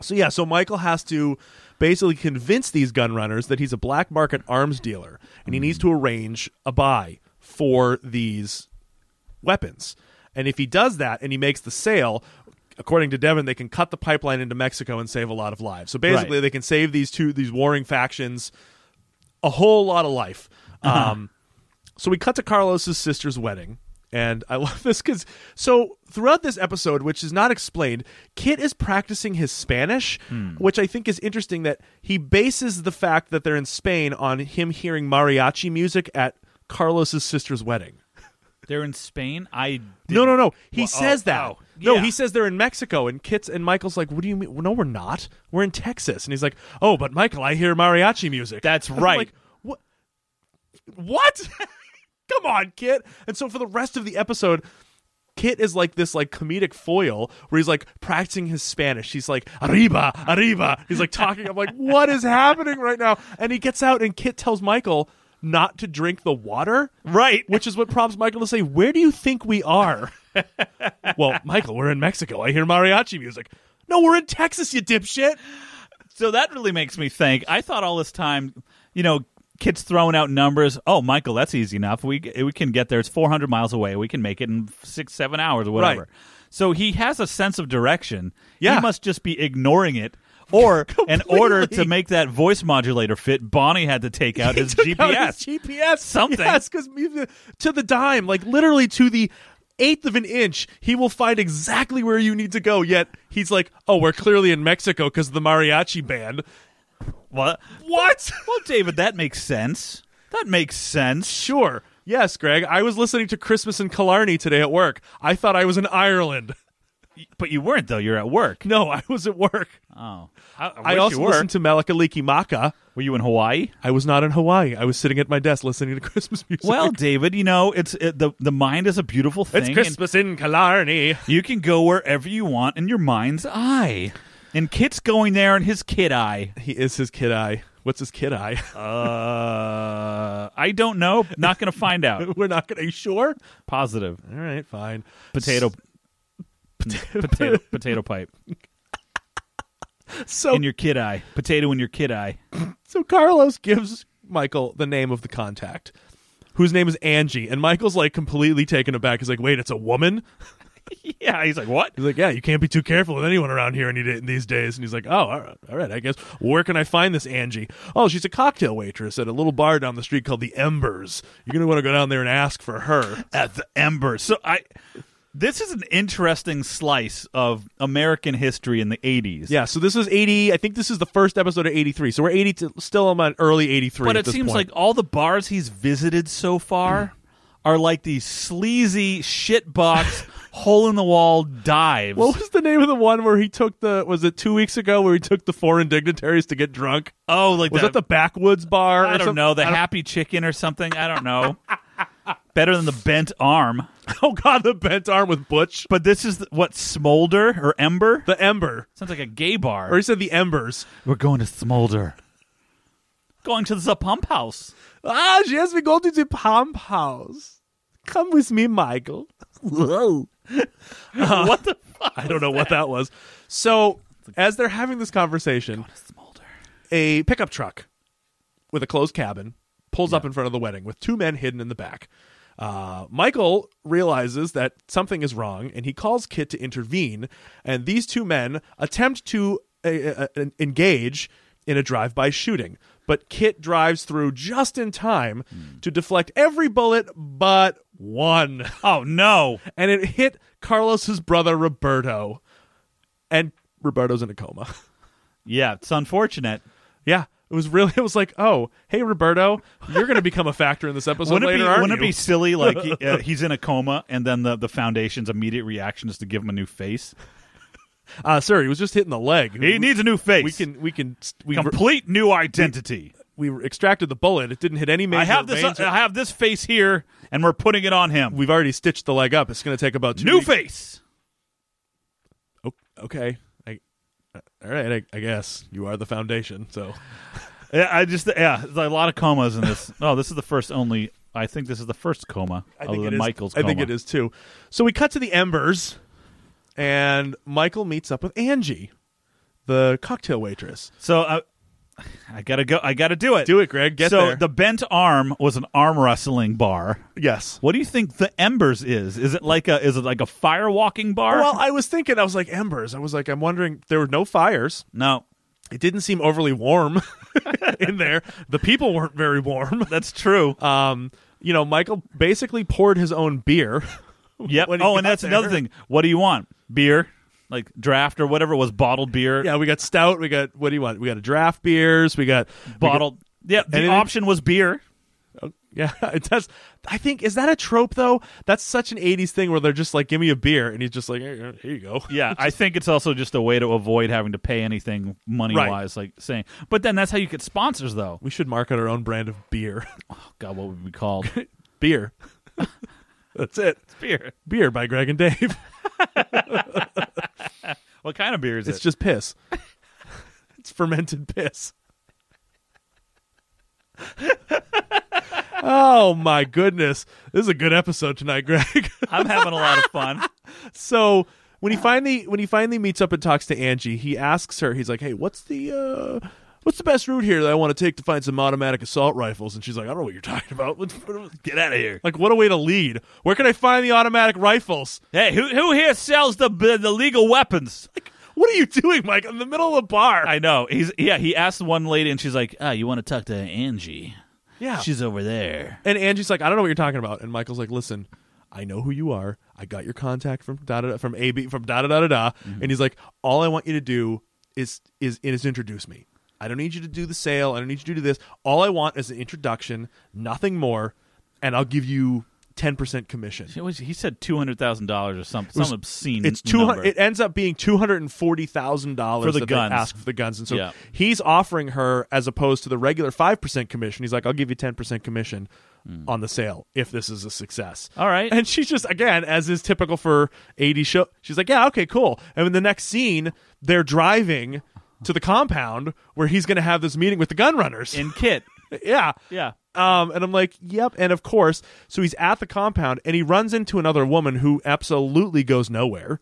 so yeah, so Michael has to basically convince these gun runners that he's a black market arms dealer and he needs to arrange a buy for these weapons. And if he does that and he makes the sale, according to Devin, they can cut the pipeline into Mexico and save a lot of lives. So basically,
Right.
they can save these two these warring factions a whole lot of life. Um, so we cut to Carlos's sister's wedding, and I love this because so throughout this episode, which is not explained, Kit is practicing his Spanish,
Hmm.
which I think is interesting that he bases the fact that they're in Spain on him hearing mariachi music at Carlos's sister's wedding.
They're in Spain. I
No, no, no. He
Well, oh,
says that.
oh,
No,
yeah.
he says they're in Mexico, and Kit's and Michael's like, "What do you mean? No, we're not. We're in Texas." And he's like, "Oh, but Michael, I hear mariachi music."
That's
And I'm
right.
like, what? What? Come on, Kit. And so for the rest of the episode, Kit is like this like comedic foil where he's like practicing his Spanish. He's like arriba, arriba. He's like talking. I'm like, what is happening right now? And he gets out and Kit tells Michael not to drink the water,
Right.
which is what prompts Michael to say, "Where do you think we are?" well, Michael, we're in Mexico. I hear mariachi music. No, we're in Texas, you dipshit.
So that really makes me think. I thought all this time, you know, kids throwing out numbers. Oh, Michael, that's easy enough. We we can get there. It's 400 miles away. We can make it in six, seven hours or whatever.
Right.
So he has a sense of direction.
Yeah.
He must just be ignoring it. Or in order to
Completely.
make that voice modulator fit, Bonnie had to take out his
took out
GPS.
his GPS.
Something.
Yes, because to the dime, like literally to the eighth of an inch, he will find exactly where you need to go. Yet he's like, oh, we're clearly in Mexico because of the mariachi band.
What?
What?
Well, David, that makes sense. That makes sense.
sure. Yes, Greg. I was listening to Christmas in Killarney today at work. I thought I was in Ireland.
But you weren't though. You're at work.
No, I was at work.
Oh, I, I
I
wish
also
you were.
listened to Malakaliki Maka.
were you in Hawaii?
I was not in Hawaii. I was sitting at my desk listening to Christmas music.
Well, David, you know it's it, the the mind is a beautiful thing.
it's
and
Christmas in Killarney.
You can go wherever you want in your mind's eye. And Kit's going there in his kid eye.
He is his kid eye. What's his kid eye?
Uh, I don't know. Not going to find out.
We're not going to. Sure.
Positive
All right, fine.
potato, potato, potato pipe
So
in your kid eye. Potato in your kid eye.
so Carlos gives Michael the name of the contact, whose name is Angie, and Michael's like completely taken aback. He's like, "Wait, it's a woman?"
Yeah, he's like, what?
He's like, "Yeah, you can't be too careful with anyone around here any day, these days." And he's like, "Oh, all right, all right, I guess. Where can I find this Angie? Oh, she's a cocktail waitress at a little bar down the street called the Embers. You're gonna want to go down there and ask for her."
at the ember. So I this is an interesting slice of American history in the 80s.
Yeah, so this is 80. I think this is the first episode of 83. So we're 80 to, still on my early 83.
But
at
it
this
seems
point.
like all the bars he's visited so far are like these sleazy shitbox hole in the wall dives.
What was the name of the one where he took the? Was it two weeks ago where he took the foreign dignitaries to get drunk?
oh, like
Was that the backwoods bar?
I
or
don't
some-
know, the
I don't-
happy chicken or something. I don't know. Better than the bent arm.
Oh god, the bent arm with Butch,
But this is the, what smolder or ember?
the ember,
Sounds like a gay
or
bar.
he said the embers.
We're going to smolder. Going to the pump house.
Ah, yes, we go to the pump house. Come with me, Michael. Whoa.
what the fuck?
I don't know what that was. So, as they're having this conversation,
Smolder.
a pickup truck with a closed cabin pulls up in front of the wedding with two men hidden in the back. Uh, Michael realizes that something is wrong and he calls Kit to intervene. And these two men attempt to uh, uh, uh, engage in a drive by shooting. But Kit drives through just in time to deflect every bullet but one.
Oh no!
And it hit Carlos's brother, Roberto. And Roberto's in a coma.
Yeah, it's unfortunate.
Yeah, it was really. It was like, oh, hey Roberto, you're going to become a factor in this episode
wouldn't
later,
it be,
aren't
wouldn't
you?
it be silly? Like he, uh, he's in a coma, and then the, the foundation's immediate reaction is to give him a new face.
Uh, sir, he was just hitting the leg.
He needs a new face.
We can. We can. We
complete new identity.
we extracted the bullet. It didn't hit any major
I have this.
veins or-
I have this face here, and we're putting it on him.
We've already stitched the leg up. It's going to take about two
new
weeks.
face.
O- Okay. I, uh, all right. I, I guess you are the foundation. So
Yeah, I just yeah, there's a lot of comas in this. oh, this is the first only. I think this is the first coma
I
other
think
than
it is-
Michael's.
I think
coma.
it is too. So we cut to the embers, and Michael meets up with Angie, the cocktail waitress.
So I, I gotta go. I gotta do it.
Do it, Greg. Get
so
there.
the bent arm was an arm wrestling bar.
yes.
What do you think the embers is? Is it like a is it like a fire walking bar?
Well, I was thinking, I was like, embers. I was like, I'm wondering, there were no fires.
no.
It didn't seem overly warm in there. The people weren't very warm.
That's true.
Um, you know, Michael basically poured his own beer.
yep.
when he
Oh, and
got
that's another
there-
thing. What do you want? Beer? Like draft or whatever it was, bottled beer.
Yeah, we got stout. We got, what do you want? We got a draft beers. We got we got-
Bottled Yeah, the
Anything-
option was beer.
yeah, it does. I think, is that a trope, though? That's such an 80s thing where they're just like, give me a beer. And he's just like, here here you go.
Yeah, I think it's also just a way to avoid having to pay anything money wise, like saying. But then that's how you get sponsors, though.
Oh,
We should market our own brand of beer.
God, what would it be called?
beer. That's it.
Beer.
Beer by Greg and Dave.
What kind of beer is
It's
it?
just piss. it's fermented piss. oh my goodness. This is a good episode tonight, Greg.
I'm having a lot of fun.
so when he finally when he finally meets up and talks to Angie, he asks her, he's like, Hey, what's the uh what's the best route here that I want to take to find some automatic assault rifles? And she's like, I don't know what you're talking about. What- what-
Get out of here.
Like what a way to lead. Where can I find the automatic rifles?
Hey, who who here sells the the legal weapons?
What are you doing, Mike? I'm in the middle of a bar.
I know. He's yeah. He asked one lady, and she's like, "Ah, you want to talk to Angie?
yeah.
She's over there."
And Angie's like, I don't know what you're talking about. And Michael's like, listen, I know who you are. I got your contact from da da da- from AB from da da da da da. And he's like, all I want you to do is is is introduce me. I don't need you to do the sale. I don't need you to do this. All I want is an introduction, nothing more, and I'll give you ten percent commission.
It was- he said two hundred thousand dollars or something. some obscene.
It's two
number.
hundred. It ends up being two hundred and forty thousand dollars
For the
that they
guns.
ask for the guns, and so
Yeah.
he's offering her as opposed to the regular five percent commission. He's like, "I'll give you ten percent commission on the sale if this is a success."
Hmm. All right.
and she's just again, as is typical for eighty show, she's like, "Yeah, okay, cool." And in the next scene, they're driving to the compound where he's going to have this meeting with the gun runners.
in kit.
yeah,
Yeah.
um, and I'm like, yep. And of course, so he's at the compound and he runs into another woman who absolutely goes nowhere.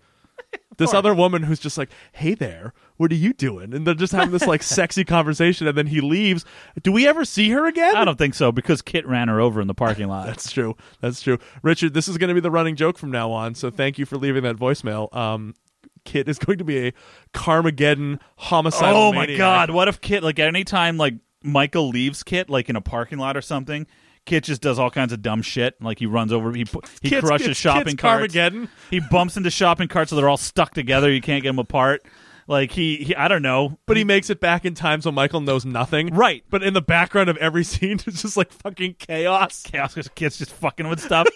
This other woman who's just like, hey there, what are you doing? And they're just having this like sexy conversation and then he leaves. Do we ever see her again?
I don't think so because Kit ran her over in the parking lot.
That's true. That's true. Richard, this is going to be the running joke from now on. So thank you for leaving that voicemail. Um, Kit is going to be a Carmageddon homicidal.
oh my
maniac.
god! What if Kit like at any time like Michael leaves Kit like in a parking lot or something? Kit just does all kinds of dumb shit. Like he runs over, he pu- he
Kit's-
crushes
Kit's-
shopping
Kit's
carts.
Carmageddon.
He bumps into shopping carts so they're all stuck together. You can't get them apart. Like he, he I don't know.
but he makes it back in time so Michael knows nothing.
Right.
But in the background of every scene, it's just like fucking chaos.
chaos because Kit's just fucking with stuff.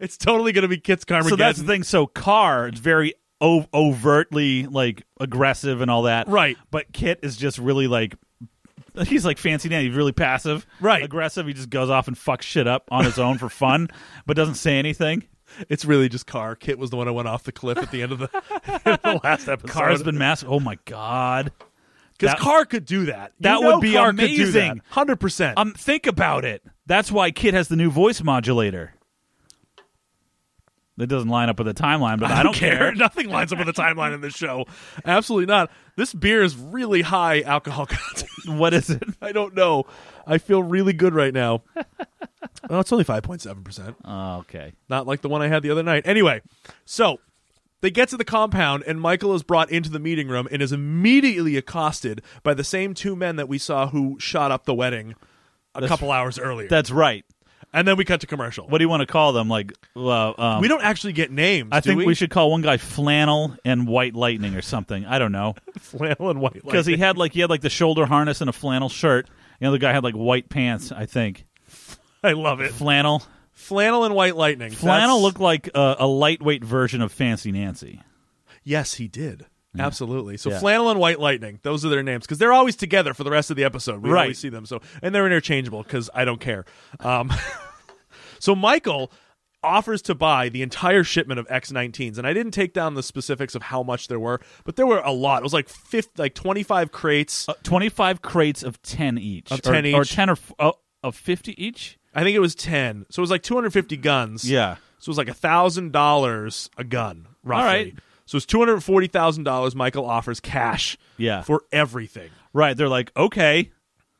It's totally going to be Kit's Carmageddon.
so that's the thing. So Carr, it's very o- overtly like aggressive and all that.
Right.
But Kit is just really like he's like fancy dandy. He's really passive.
Right.
Aggressive. He just goes off and fucks shit up on his own for fun, but doesn't say anything.
It's really just Carr. Kit was the one who went off the cliff at the end of the, the last episode.
Carr's been mass. Oh my god.
because
that-
Carr could do that. You
That
know
would be
Carr could do that.
amazing.
100%.
Um, think about it. That's why Kit has the new voice modulator. That doesn't line up with the timeline, but I don't, care.
Nothing lines up with the timeline in this show. Absolutely not. This beer is really high alcohol content.
What is it?
I don't know. I feel really good right now. oh, it's only 5.7%.
Oh, okay.
not like the one I had the other night. Anyway, so they get to the compound, and Michael is brought into the meeting room and is immediately accosted by the same two men that we saw who shot up the wedding a couple hours earlier.
That's right.
and then we cut to commercial.
What do you want to call them? Like, well, um,
we don't actually get names.
I
do
think
we?
we should call one guy Flannel and White Lightning or something. I don't know
flannel and white
because he had like he had like the shoulder harness and a flannel shirt. The other guy had like white pants. I think
I love it.
flannel.
Flannel and white lightning.
Flannel
That's-
looked like a, a lightweight version of Fancy Nancy.
Yes, he did. Absolutely. So
Yeah.
flannel and white lightning. Those are their names because they're always together for the rest of the episode. We
Right.
always see them. So and they're interchangeable because I don't care. Um, so Michael offers to buy the entire shipment of X19s, and I didn't take down the specifics of how much there were, but there were a lot. It was like 50, like twenty five crates.
Uh, Twenty-five crates of ten each,
Of
or,
10
or
each.
ten or f- uh, of fifty each.
I think it was ten. So it was like two hundred fifty guns.
Yeah.
So it was like thousand dollars a gun, roughly.
right.
So it's two hundred forty thousand dollars. Michael offers cash.
Yeah.
For everything.
Right? They're like, okay,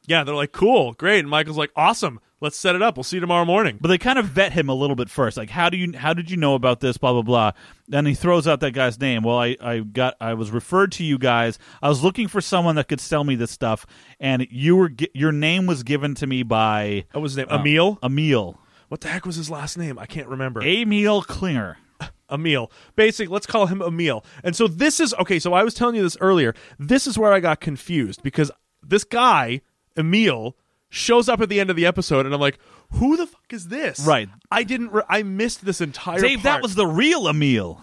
Yeah, they're like, cool, great. And Michael's like, awesome. Let's set it up. We'll see you tomorrow morning.
but they kind of vet him a little bit first like how do you how did you know about this blah blah blah then he throws out that guy's name well i i got i was referred to you guys i was looking for someone that could sell me this stuff and you were gi- your name was given to me by uh,
What was his name? Emil?
emil
What the heck was his last name? I can't remember.
emil klinger
Emil. Basically, let's call him Emil. And so this is okay. So I was telling you this earlier. This is where I got confused because this guy, Emil, shows up at the end of the episode, and I'm like, who the fuck is this?
Right.
I didn't. Re- I missed this entire.
dave that
part.
was the real emil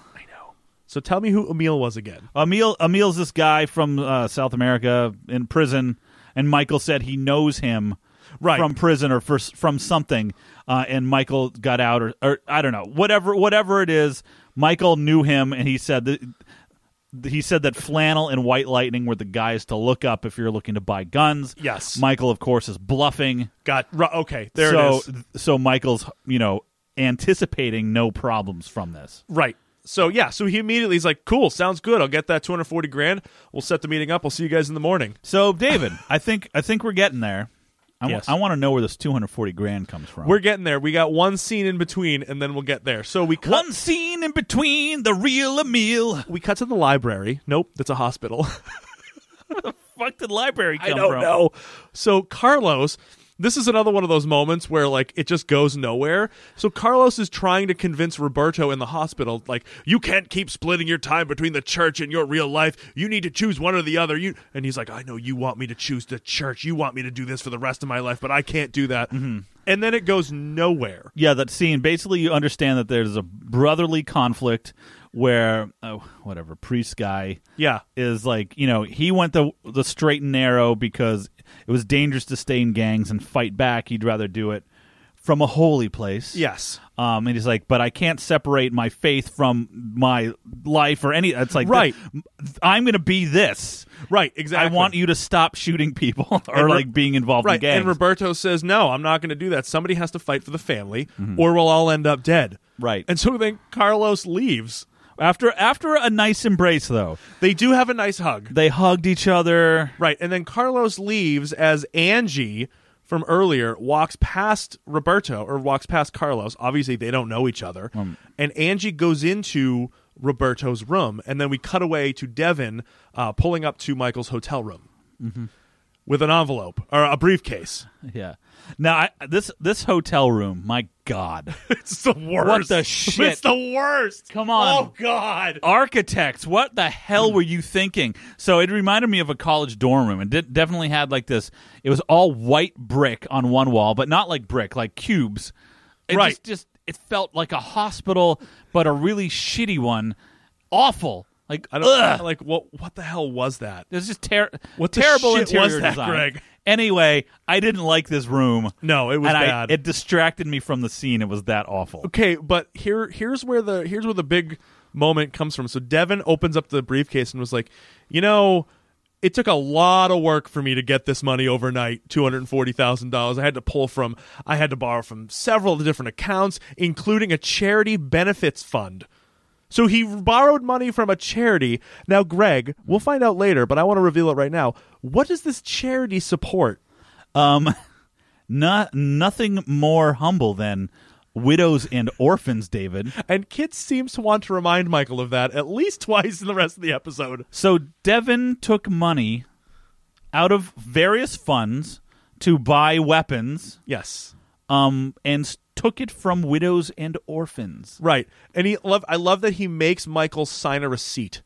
So tell me who Emil was again.
emil emil's this guy from uh, south america in prison and michael said he knows him
Right.
from prison or for, from something, uh, and Michael got out or, or I don't know whatever whatever it is. Michael knew him, and he said that he said that flannel and white lightning were the guys to look up if you're looking to buy guns.
Yes.
Michael, of course, is bluffing.
Got ru- okay. There
so,
it is.
So Michael's, you know, anticipating no problems from this.
Right. So yeah. So he immediately is like, "Cool, sounds good. I'll get that 240 grand. We'll set the meeting up. I'll see you guys in the morning."
So David, I think I think we're getting there. I,
Yes.
want to know where this 240 grand comes from.
We're getting there. We got one scene in between, and then we'll get there. So we cut.
one scene in between the real Emil.
we cut to the library. Nope, that's a hospital.
Fuck did library come
I don't
from?
know. So Carlos, this is another one of those moments where like it just goes nowhere. So Carlos is trying to convince Roberto in the hospital, like you can't keep splitting your time between the church and your real life. You need to choose one or the other. You and he's like, I know you want me to choose the church. You want me to do this for the rest of my life, but I can't do that. And then it goes nowhere.
Yeah, that scene. Basically, you understand that there's a brotherly conflict where, oh, whatever, priest guy
Yeah.
is like, you know, he went the the straight and narrow because it was dangerous to stay in gangs and fight back. He'd rather do it from a holy place.
Yes.
Um, and he's like, but I can't separate my faith from my life or any. It's like,
Right.
th- I'm going to be this.
Right. Exactly.
I want you to stop shooting people or
And Ro-
like being involved in
Right.
gangs.
And Roberto says, No, I'm not going to do that. Somebody has to fight for the family, or we'll all end up dead.
Mm-hmm. Right.
And so then Carlos leaves.
after after a nice embrace, though,
They do have a nice hug.
they hugged each other.
Right. And then Carlos leaves as Angie from earlier walks past Roberto or walks past Carlos. Obviously, they don't know each other.
Um,
and Angie goes into Roberto's room. And then we cut away to Devin uh, pulling up to Michael's hotel room
Mm-hmm.
with an envelope or a briefcase.
Yeah. Now I, this this hotel room, my God,
It's the worst.
What the shit?
It's the worst.
Come on.
Oh God.
architects, what the hell
Hmm.
were you thinking? So it reminded me of a college dorm room, and did, definitely had like this. It was all white brick on one wall, but not like brick, like cubes. It
Right.
Just, just it felt like a hospital, but a really shitty one. Awful. Like
I don't
ugh.
like what. What the hell was that?
It was just ter-
What the
terrible
shit
interior
was that,
design.
Greg?
Anyway, I didn't like this room.
No, it was
and I-
bad.
it distracted me from the scene. It was that awful.
okay, but here, here's where the here's where the big moment comes from. So Devin opens up the briefcase and was like, you know. It took a lot of work for me to get this money overnight, two hundred and forty thousand dollars. I had to pull from, I had to borrow from several different accounts, including a charity benefits fund. So he borrowed money from a charity. Now, Greg, we'll find out later, but I want to reveal it right now. What does this charity support?
Not nothing more humble than widows and orphans, David.
And Kit seems to want to remind Michael of that at least twice in the rest of the episode.
So Devin took money out of various funds to buy weapons,
Yes.
um, and s- took it from widows and orphans.
Right. And he love I love that he makes Michael sign a receipt.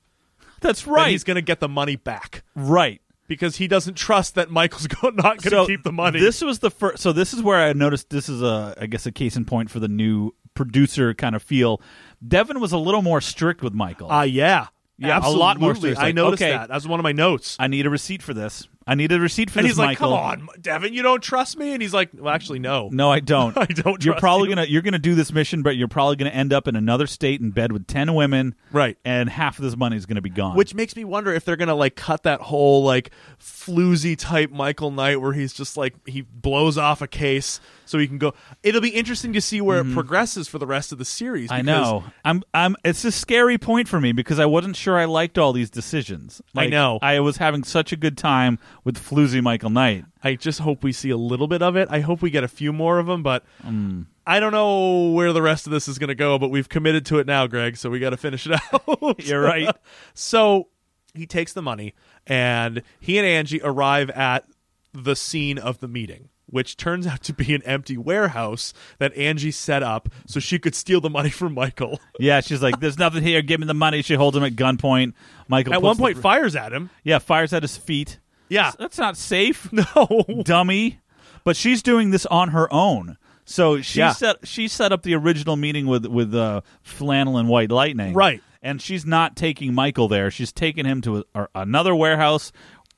That's
that
right.
He's going to get the money back
right.
because he doesn't trust that Michael's go- not going to keep the money.
This was the first. So this is where I noticed. This is a, I guess, a case in point for the new producer kind of feel. Devin was a little more strict with Michael.
Ah, yeah.
Yeah,
Absolutely.
a lot more serious.
I
Like,
noticed
okay.
that. That was one of my notes.
I need a receipt for this. I need a receipt for
and
this.
he's like,
Michael.
"Come on, Devin, you don't trust me." And he's like, "Well, actually, no."
No, I don't.
I don't
You're
trust
probably
you.
gonna you're gonna do this mission, but you're probably gonna end up in another state in bed with ten women,
Right.
And half of this money is gonna be gone.
Which makes me wonder if they're gonna like cut that whole like floozy type Michael Knight where he's just like he blows off a case so he can go. It'll be interesting to see where it progresses for the rest of the series.
Mm-hmm. I
because
know. I'm. I'm. It's a scary point for me because I wasn't sure I liked all these decisions.
I know.
I was having such a good time with floozy Michael Knight.
I just hope we see a little bit of it. I hope we get a few more of them, but
Mm.
I don't know where the rest of this is going to go. But we've committed to it now, Greg, so we got to finish it out.
You're right.
so he takes the money, and he and Angie arrive at the scene of the meeting. Which turns out to be an empty warehouse that Angie set up so she could steal the money from Michael.
Yeah, she's like, "There's nothing here. Give me the money." She holds him at gunpoint. Michael
At
puts
one
the-
point, fires at him.
yeah, fires at his feet.
Yeah.
that's not safe,
No.
dummy. But she's doing this on her own. So she
Yeah.
set she set up the original meeting with with uh, flannel and white lightning,
Right.
And she's not taking Michael there. She's taking him to a, or another warehouse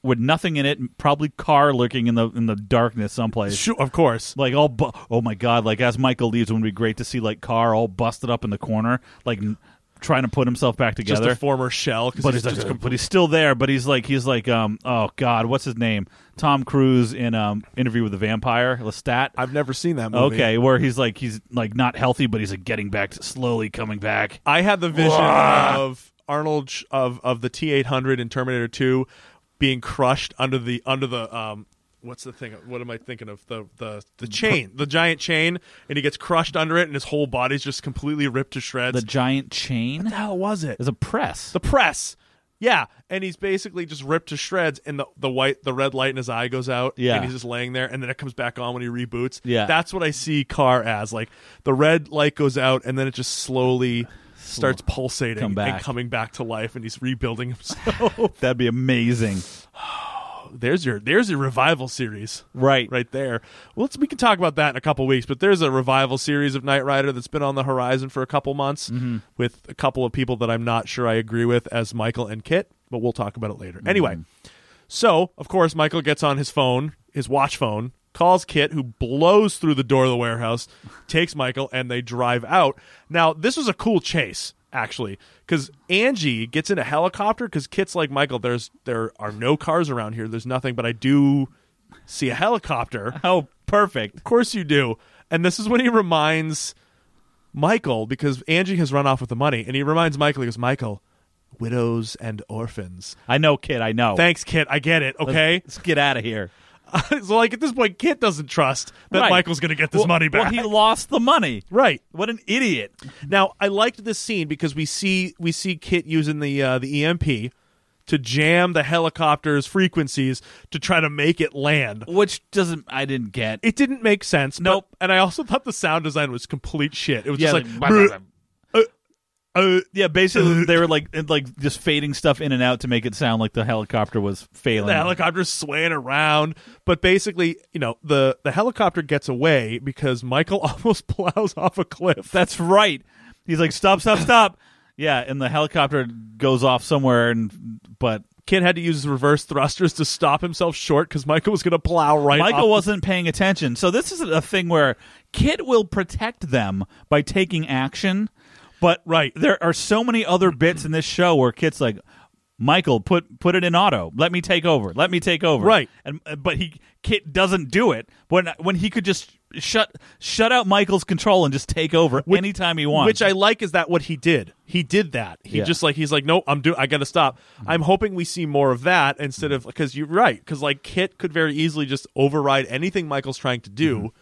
with nothing in it, and probably car lurking in the in the darkness someplace.
Sure, of course.
Like all, bu- oh my god! Like as Michael leaves, it would be great to see like car all busted up in the corner, like n- trying to put himself back
Just
together.
a former shell. 'cause
but
he's
he's,
just
like,
complete-
but he's still there. But he's like he's like um oh god, what's his name? Tom Cruise in um Interview with the Vampire, Lestat.
I've never seen that movie.
Okay, where he's like he's like not healthy, but he's like getting back, to, slowly coming back.
I had the vision of Arnold sh- of of the T eight hundred in Terminator two being crushed under the under the um what's the thing what am I thinking of the the the chain the giant chain and he gets crushed under it and his whole body's just completely ripped to shreds.
The giant chain
the hell was it?
is a press.
The press. Yeah, and he's basically just ripped to shreds, and the, the white the red light in his eye goes out.
Yeah.
and he's just laying there, and then it comes back on when he reboots.
Yeah.
that's what I see Car as. Like the red light goes out, and then it just slowly starts pulsating
Come back.
and coming back to life, and he's rebuilding himself.
That'd be amazing,
there's your there's your revival series
right?
right there. Well, let's, we can talk about that in a couple weeks, but there's a revival series of Knight Rider that's been on the horizon for a couple months with a couple of people that I'm not sure I agree with as Michael and Kit, but we'll talk about it later. Anyway, so of course Michael gets on his phone, his watch phone, calls Kit, who blows through the door of the warehouse, takes Michael, and they drive out. Now this was a cool chase. Actually, because Angie gets in a helicopter because Kit's like Michael. There's there are no cars around here. There's nothing, but I do see a helicopter.
Oh, perfect.
Of course you do. And this is when he reminds Michael because Angie has run off with the money, and he reminds Michael. He goes, "Michael, widows and orphans."
I know, kid. I know.
Thanks, Kit. I get it. Okay,
Let's get out of here.
so like at this point, Kit doesn't trust that
Right.
Michael's going to get this
Well-
money
Well,
back.
he lost the money.
right.
What an idiot!
Now I liked this scene because we see we see Kit using the uh, the EMP to jam the helicopter's frequencies to try to make it land.
Which doesn't I didn't get.
It didn't make sense. but-
Nope.
and I also thought the sound design was complete shit. It was
Yeah,
just like,
like,
"Bruh,
Uh, yeah, basically they were like and, like just fading stuff in and out to make it sound like the helicopter was failing.
the helicopter's swaying around but basically you know the the helicopter gets away because michael almost plows off a cliff
That's right. He's like, stop, stop, stop. yeah, and the helicopter goes off somewhere, and but
kid had to use his reverse thrusters to stop himself short because michael was going to plow right
Michael
off-
wasn't paying attention. So this is a thing where Kit will protect them by taking action, but
Right.
there are so many other bits in this show where Kit's like, Michael, put put it in auto. Let me take over. Let me take over.
Right.
And uh, but he Kit doesn't do it when when he could just shut shut out Michael's control and just take over anytime he wants.
which i like is that what he did he did that he
Yeah. Mm-hmm.
just like he's like no i'm do i gotta stop i'm hoping we see more of that instead of because you're right because like kit could very easily just override anything michael's trying to do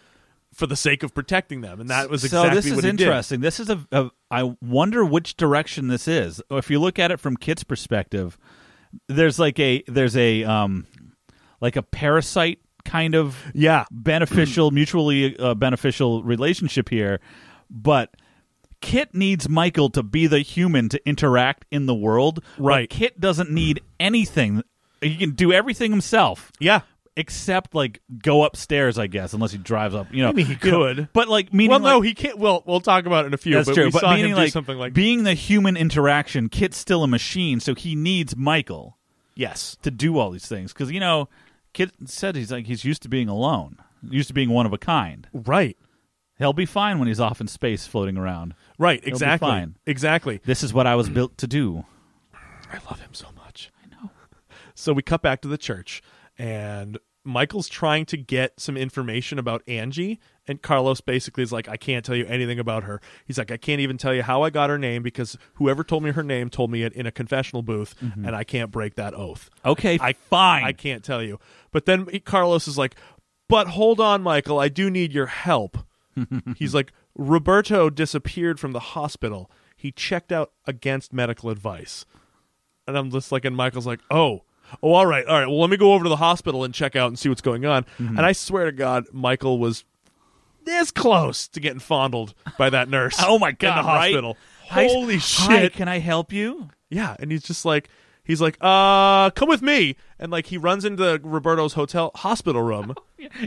for the sake of protecting them and that was
Mm-hmm. so
exactly
this is
what he did.
interesting. This is a, a. I wonder which direction this is. If you look at it from Kit's perspective, there's like a there's a um, like a parasite kind of
yeah
beneficial, mutually uh, beneficial relationship here, but. Kit needs Michael to be the human to interact in the world. but
Right.
Kit doesn't need anything. He can do everything himself
yeah
except like go upstairs, I guess, unless he drives up. You know,
mean, he
You know,
could.
but like meaning
well, no,
like-
he can't. Well, we'll talk about it in a few.
that's
but
true.
We
but
saw
meaning
him
like
do something like
being the human interaction, Kit's still a machine, so he needs Michael
yes,
to do all these things because you know, Kit said he's like he's used to being alone, used to being one of a kind.
right,
He'll be fine when he's off in space floating around.
right,
be
exactly,
fine.
exactly.
This is what I was built to do.
I love him so much. I know. So we cut back to the church, and Michael's trying to get some information about Angie, and Carlos basically is like, "I can't tell you anything about her." He's like, "I can't even tell you how I got her name because whoever told me her name told me it in a confessional booth, and I can't break that oath."
Okay,
I
fine.
I can't tell you. But then Carlos is like, "But hold on, Michael, I do need your help." He's like, "Roberto disappeared from the hospital. He checked out against medical advice." And I'm just like, and Michael's like, "Oh, oh, all right, all right. Well, let me go over to the hospital and check out and see what's going on."
Mm-hmm.
And I swear to God, Michael was this close to getting fondled by that nurse.
Oh my
in
God,
the
right?
hospital.
Hi-
Holy
hi,
shit!
can I help you?
Yeah, and he's just like he's like, "Uh, come with me." And like he runs into Roberto's hotel hospital room.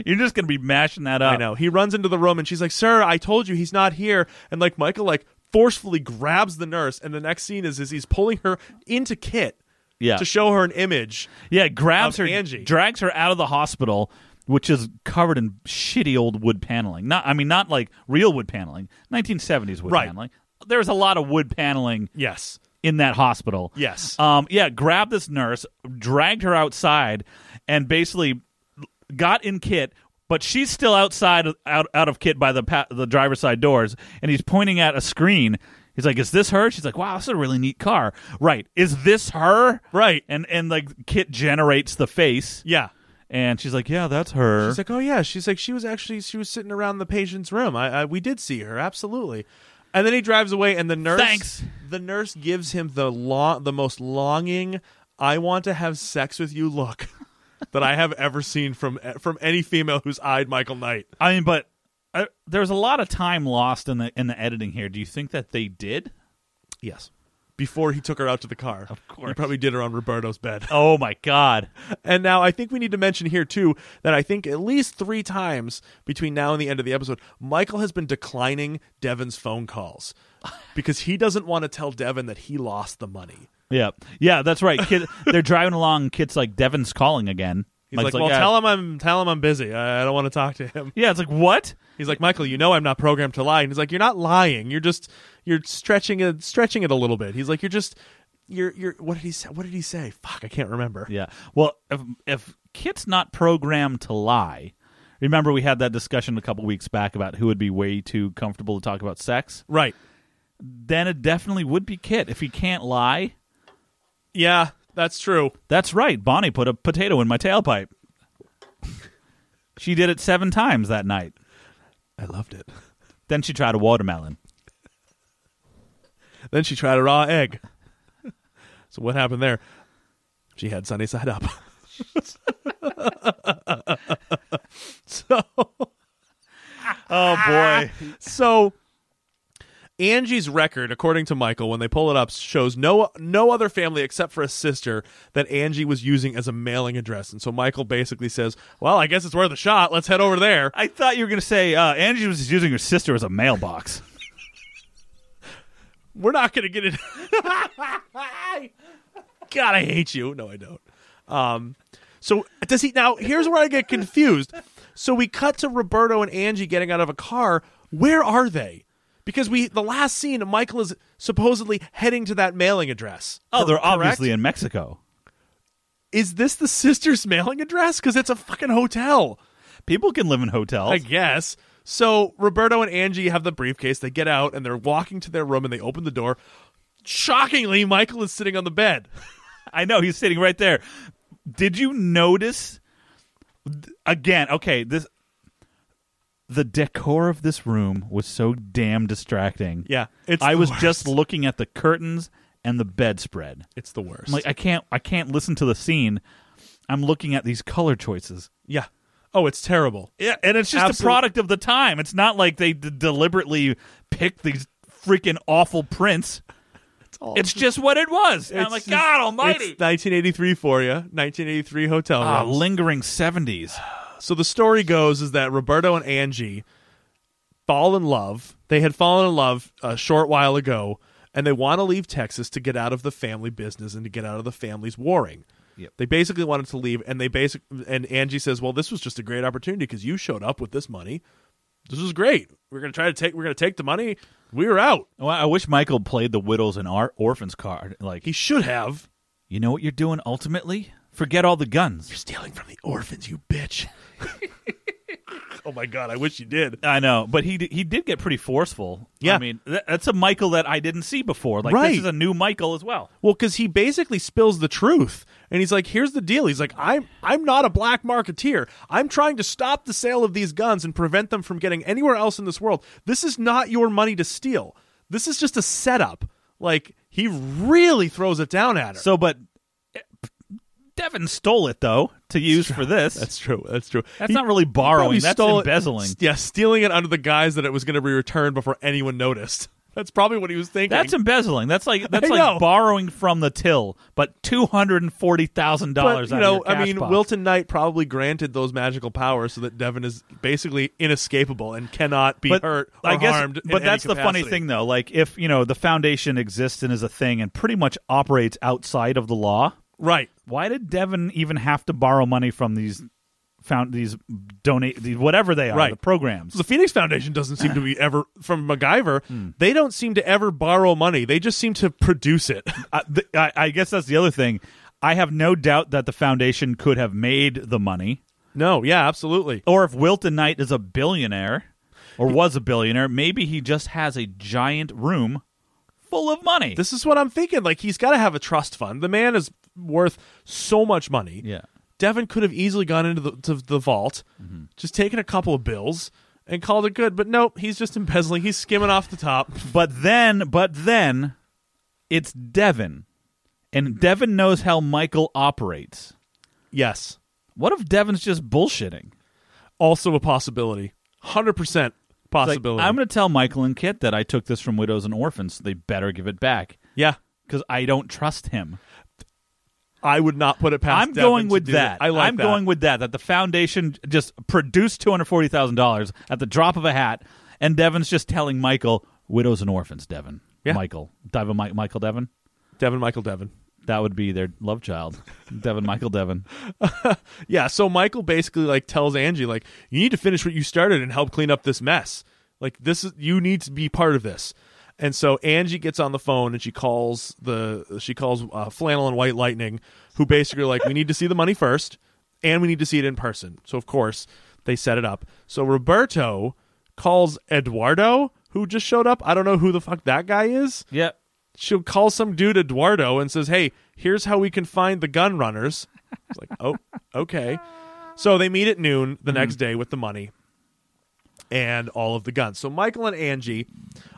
You're just gonna be mashing that up.
I know. He runs into the room and she's like, "Sir, I told you he's not here." And like Michael like forcefully grabs the nurse and the next scene is is he's pulling her into Kit.
Yeah.
to show her an image.
Yeah, grabs
Of
her,
Angie.
drags her out of the hospital, which is covered in shitty old wood paneling. Not, I mean, not like real wood paneling. 1970s wood
Right.
paneling. There's a lot of wood paneling
Yes.
in that hospital.
Yes.
Um, yeah, grabbed this nurse, dragged her outside, and basically got in Kit. But she's still outside, out, out of Kit by the pa- the driver's side doors, and he's pointing at a screen. He's like, "Is this her?" She's like, "Wow, this is a really neat car." Right? Is this her?
Right.
And and like Kit generates the face,
Yeah.
and she's like, "Yeah, that's her."
She's like, oh yeah. She's like, she was actually she was sitting around the patient's room. I, I we did see her absolutely. And then he drives away, and the nurse,
Thanks.
the nurse gives him the lo- the most longing, I want to have sex with you look that I have ever seen from from any female who's eyed Michael Knight.
I mean, but uh, there's a lot of time lost in the in the editing here. Do you think that they did?
Yes. Before he took her out to the car, of
course.
he probably did her on Roberto's bed.
Oh my god!
And now I think we need to mention here too that I think at least three times between now and the end of the episode, Michael has been declining Devin's phone calls because he doesn't want to tell Devin that he lost the money.
Yeah, yeah, that's right. Kid, they're driving along. Kid's like, "Devin's calling again."
He's like, "Well,
yeah.
tell him I'm tell him I'm busy. I, I don't want to talk to him."
Yeah, it's like what?
He's like, "Michael, you know I'm not programmed to lie." And he's like, "You're not lying. You're just you're stretching it stretching it a little bit." He's like, "You're just you're you're what did he say? What did he say? Fuck, I can't remember."
Yeah. Well, if if Kit's not programmed to lie, remember we had that discussion a couple weeks back about who would be way too comfortable to talk about sex.
Right.
Then it definitely would be Kit if he can't lie.
Yeah, that's true.
That's right. Bonnie put a potato in my tailpipe. she did it seven times that night.
I loved it.
Then she tried a watermelon.
Then she tried a raw egg. So what happened there? She had sunny side up. so
Oh boy.
so Angie's record, according to Michael, when they pull it up, shows no no other family except for a sister that Angie was using as a mailing address. And so Michael basically says, "Well, I guess it's worth a shot. Let's head over there."
I thought you were going to say uh, Angie was using her sister as a mailbox.
We're not going to get it. God, I hate you. No, I don't. Um, so does he now? Here's where I get confused. So we cut to Roberto and Angie getting out of a car. Where are they? Because we the last scene, Michael is supposedly heading to that mailing address.
Oh, they're
Correct?
obviously in Mexico.
Is this the sister's mailing address? Because it's a fucking hotel.
People can live in hotels.
I guess. So Roberto and Angie have the briefcase. They get out and they're walking to their room and they open the door. Shockingly, Michael is sitting on the bed.
I know he's sitting right there. Did you notice th- again? Okay, this the decor of this room was so damn distracting.
Yeah, it's
I
the
was
worst.
just looking at the curtains and the bedspread.
It's the worst.
I'm like, I can't, I can't listen to the scene. I'm looking at these color choices.
yeah. Oh, it's terrible.
Yeah, and it's just
Absolute-
a product of the time. It's not like they d- deliberately picked these freaking awful prints. It's,
all-
just what it was. And I'm
It's
like,
just-
God Almighty!
It's 1983 for you. 1983 hotel
Ah,
room.
lingering 70s.
So the story goes is that Roberto and Angie fall in love. They had fallen in love a short while ago, and they want to leave Texas to get out of the family business and to get out of the family's warring.
Yep.
They basically wanted to leave, and they basic and Angie says, "Well, this was just a great opportunity because you showed up with this money. This was great. We're gonna try to take. We're gonna take the money. We were out.
Well, I wish Michael played the widows and Ar- orphans card. Like,
He should have."
you know what you're doing ultimately? Forget all the guns.
stealing from the orphans, you bitch. oh my god, I wish you did.
I know, but he d- he did get pretty forceful.
Yeah.
I mean, th- that's a Michael that I didn't see before. Like,
Right.
this is a new Michael as well.
Well, because he basically spills the truth, and he's like, "Here's the deal." He's like, "I'm I'm not a black marketeer. I'm trying to stop the sale of these guns and prevent them from getting anywhere else in this world. This is not your money to steal. This is just a setup." Like he really throws it down at her.
So, but eh, Devin stole it though to use for this.
that's true. That's true.
That's not really borrowing.
probably
That's
stole it-
embezzling.
yeah, stealing it under the guise that it was going to be returned before anyone noticed. That's probably what he was thinking.
That's embezzling. That's like that's
I
like
know.
borrowing from the till, but two hundred and forty thousand dollars.
But, you know, I mean, Wilton Knight probably granted those magical powers so that Devin is basically inescapable and cannot be hurt or
I guess,
harmed. in
But
any
that's the funny
capacity.
thing, though. Like, if you know the foundation exists and is a thing and pretty much operates outside of the law,
Right.
Why did Devin even have to borrow money from these found these donate these whatever they are
Right.
the programs?
The Phoenix Foundation doesn't seem to be ever from MacGyver.
Hmm.
They don't seem to ever borrow money. They just seem to produce it.
I, th- uh, I, I guess that's the other thing. I have no doubt that the foundation could have made the money,
no, yeah, absolutely.
or if Wilton Knight is a billionaire or was a billionaire, maybe he just has a giant room full of money.
This is what I'm thinking. Like he's got to have a trust fund. The man is worth so much money.
yeah,
Devin could have easily gone into the to the vault,
Mm-hmm.
just taken a couple of bills and called it good. But nope, he's just embezzling. He's skimming off the top.
but then, but then, it's Devin, and Devin knows how Michael operates.
yes,
What if Devin's just bullshitting?
also a possibility. Hundred percent
It's like,
possibility.
I'm going to tell Michael and Kit that I took this from widows and orphans. They better give it back
yeah.
because I don't trust him.
I would not put it past.
I'm
Devin
going
to
with
do
that.
I like
am
that.
going with that. That the foundation just produced two hundred forty thousand dollars at the drop of a hat, and Devin's just telling Michael, "Widows and orphans." Devin,
Yeah.
Michael, Devin, Mi- Michael, Devin.
Devin Michael Devin.
That would be their love child, Devin, Michael, Devin.
Yeah, so Michael basically like tells Angie like you need to finish what you started and help clean up this mess. Like this is you need to be part of this. And so Angie gets on the phone and she calls the she calls uh, Flannel and White Lightning who basically are like we need to see the money first and we need to see it in person. So of course, they set it up. So Roberto calls Eduardo who just showed up. I don't know who the fuck that guy is
Yep.
she'll call some dude Eduardo and says, "Hey, here's how we can find the gun runners." It's like, "Oh, okay." So they meet at noon the next day with the money and all of the guns. So Michael and Angie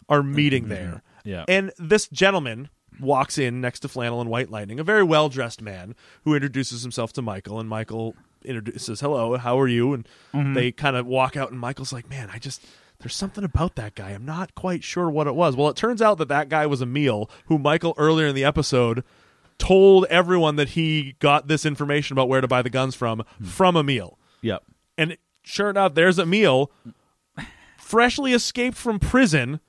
are meeting there.
Yeah.
And this gentleman walks in next to Flannel and White Lightning, a very well-dressed man who introduces himself to Michael and Michael introduces, "Hello, how are you?" and they kind of walk out and Michael's like, "Man, I just there's something about that guy. I'm not quite sure what it was." Well, it turns out that that guy was Emil, who Michael earlier in the episode told everyone that he got this information about where to buy the guns from from Emil.
Yep.
And sure enough, there's Emil, freshly escaped from prison.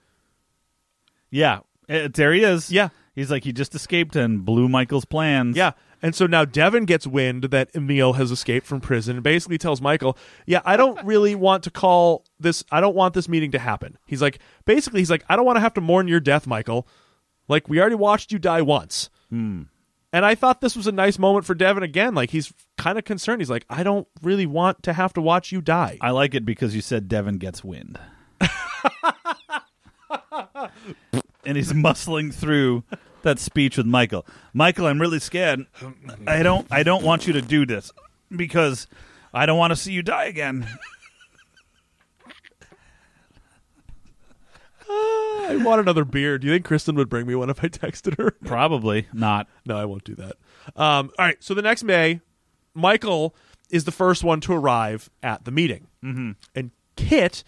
Yeah. Eh, there he is.
Yeah.
He's like he just escaped and blew Michael's plans.
Yeah. And so now Devin gets wind that Emil has escaped from prison and basically tells Michael, Yeah, I don't really want to call this, I don't want this meeting to happen. He's like, basically, he's like, I don't want to have to mourn your death, Michael. Like, we already watched you die once. And I thought this was a nice moment for Devin again. Like, he's kind of concerned. He's like, I don't really want to have to watch you die.
I like it because you said Devin gets wind. and he's muscling through that speech with Michael. Michael, I'm really scared. I don't I don't want you to do this because I don't want to see you die again.
I want another beer. Do you think Kristen would bring me one if I texted her?
Probably not.
No, I won't do that. Um, all right. So the next day, Michael is the first one to arrive at the meeting, mm-hmm. and Kit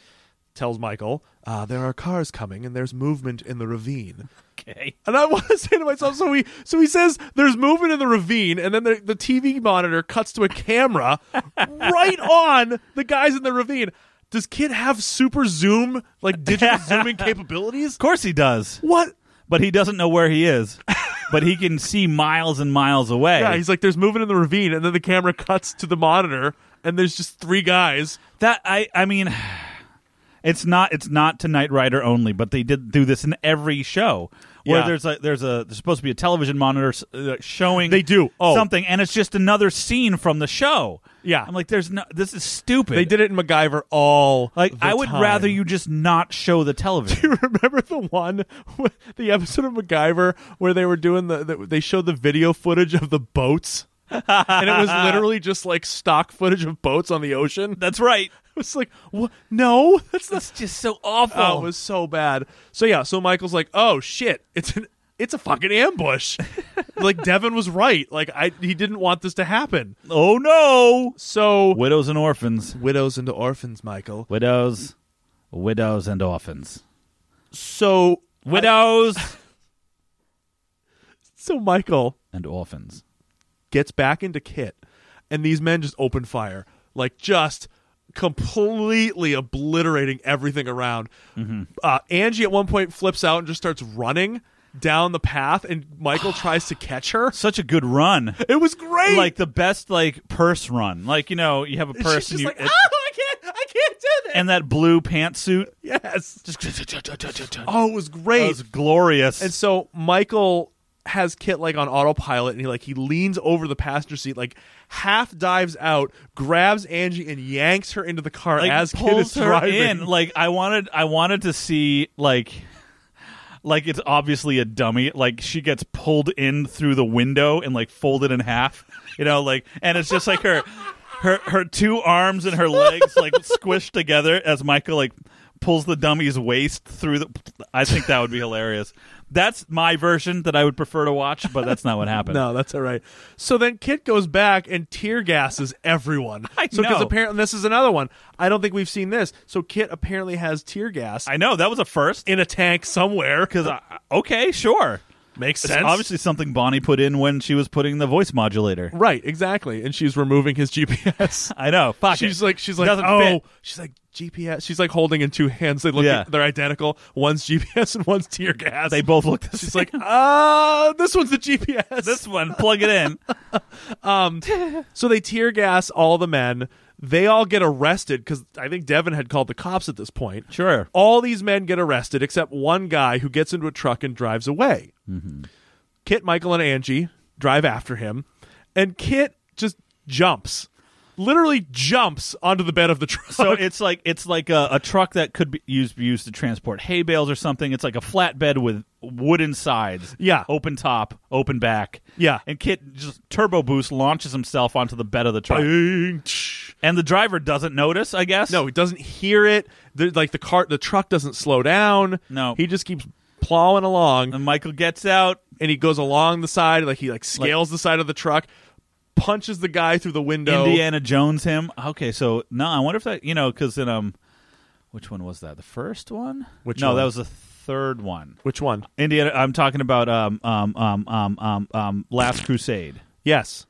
tells Michael uh, there are cars coming and there's movement in the ravine.
Okay.
And I want to say to myself, so he so he says there's movement in the ravine, and then the, the TV monitor cuts to a camera right on the guys in the ravine. Does Kit have super zoom, like digital zooming capabilities?
Of course he does.
What?
But he doesn't know where he is. but he can see miles and miles away.
Yeah, he's like, there's movement in the ravine, and then the camera cuts to the monitor, and there's just three guys.
That I I mean, it's not it's not to Knight Rider only, but they did do this in every show where
Yeah.
there's a there's a there's supposed to be a television monitor s- uh, showing
They do. Oh.
something, and it's just another scene from the show.
Yeah.
I'm like, there's no this is stupid.
They did it in MacGyver all.
Like
the
I would
time.
rather you just not show the television.
remember the one, with- the episode of MacGyver where they were doing the, the they showed the video footage of the boats, and it was literally just like stock footage of boats on the ocean. It
That's right.
was like, what? No, that's not.
That's just so awful.
Oh, it was so bad. So yeah, so Michael's like, "Oh shit, it's an it's a fucking ambush." like Devin was right. Like I he didn't want this to happen.
oh no,
So
widows and orphans,
widows into orphans, Michael.
widows, widows and orphans,
So
widows
so Michael
and orphans.
gets back into Kit, and these men just open fire, like just completely
Mm-hmm.
obliterating everything around. Uh, Angie at one point flips out and just starts running. down the path, and Michael tries to catch her.
Such a good run.
It was great.
Like the best like purse run. Like you know you have a
She's
purse
just
and you
like,
it-
oh, I can't, I can't do this.
and that blue pantsuit.
yes,
Just
oh, it was great.
that was glorious.
And so Michael has Kit like on autopilot and he like he leans over the passenger seat, like half dives out, grabs Angie and yanks her into the car
like
as Kit
pulls
is
her
driving.
in. Like I wanted, I wanted to see like, like it's obviously a dummy. Like she gets pulled in through the window and like folded in half. You know, like and it's just like her, her, her two arms and her legs like squished together as Michael like pulls the dummy's waist through the. I think that would be hilarious. That's my version that I would prefer to watch, but that's not what happened.
No, that's all right. So then Kit goes back and tear gases everyone.
I
so
know.
apparently this is another one. I don't think we've seen this. So Kit apparently has tear gas
I know that was a first.
in a tank somewhere because
Uh, okay, sure.
makes
It's
sense.
obviously something Bonnie put in when she was putting the voice modulator.
right, exactly. And she's removing his GPS.
I know. Fuck
she's
it.
like she's like
Doesn't
oh
fit.
she's like GPS. She's like holding in two hands. They look
Yeah.
they're identical. One's GPS and one's tear gas.
They both look the
she's
same.
like ah, this one's the GPS.
this one, plug it in.
so they tear gas all the men. They all get arrested because I think Devin had called the cops at this point.
Sure.
All these men get arrested except one guy who gets into a truck and drives away.
Mm-hmm.
Kit, Michael, and Angie drive after him, and Kit just jumps, literally jumps onto the bed of the truck.
So it's like it's like a, a truck that could be used be used to transport hay bales or something. It's like a flatbed with wooden sides.
Yeah.
Open top, open back.
Yeah.
And Kit just turbo boost launches himself onto the bed of the truck. And the driver doesn't notice, I guess.
No, he doesn't hear it. The, like the cart, the truck doesn't slow down.
No. Um,
he just keeps plowing along,
And Michael gets out.
and he goes along the side. Like he like scales the side of the truck, punches the guy through the window.
Indiana Jones him. Okay, so no, I wonder if that you know because in um, which one was that? The first one?
Which
no,
one?
that was the third one.
Which one?
Indiana. I'm talking about um um um um um, um Last Crusade,
Yes,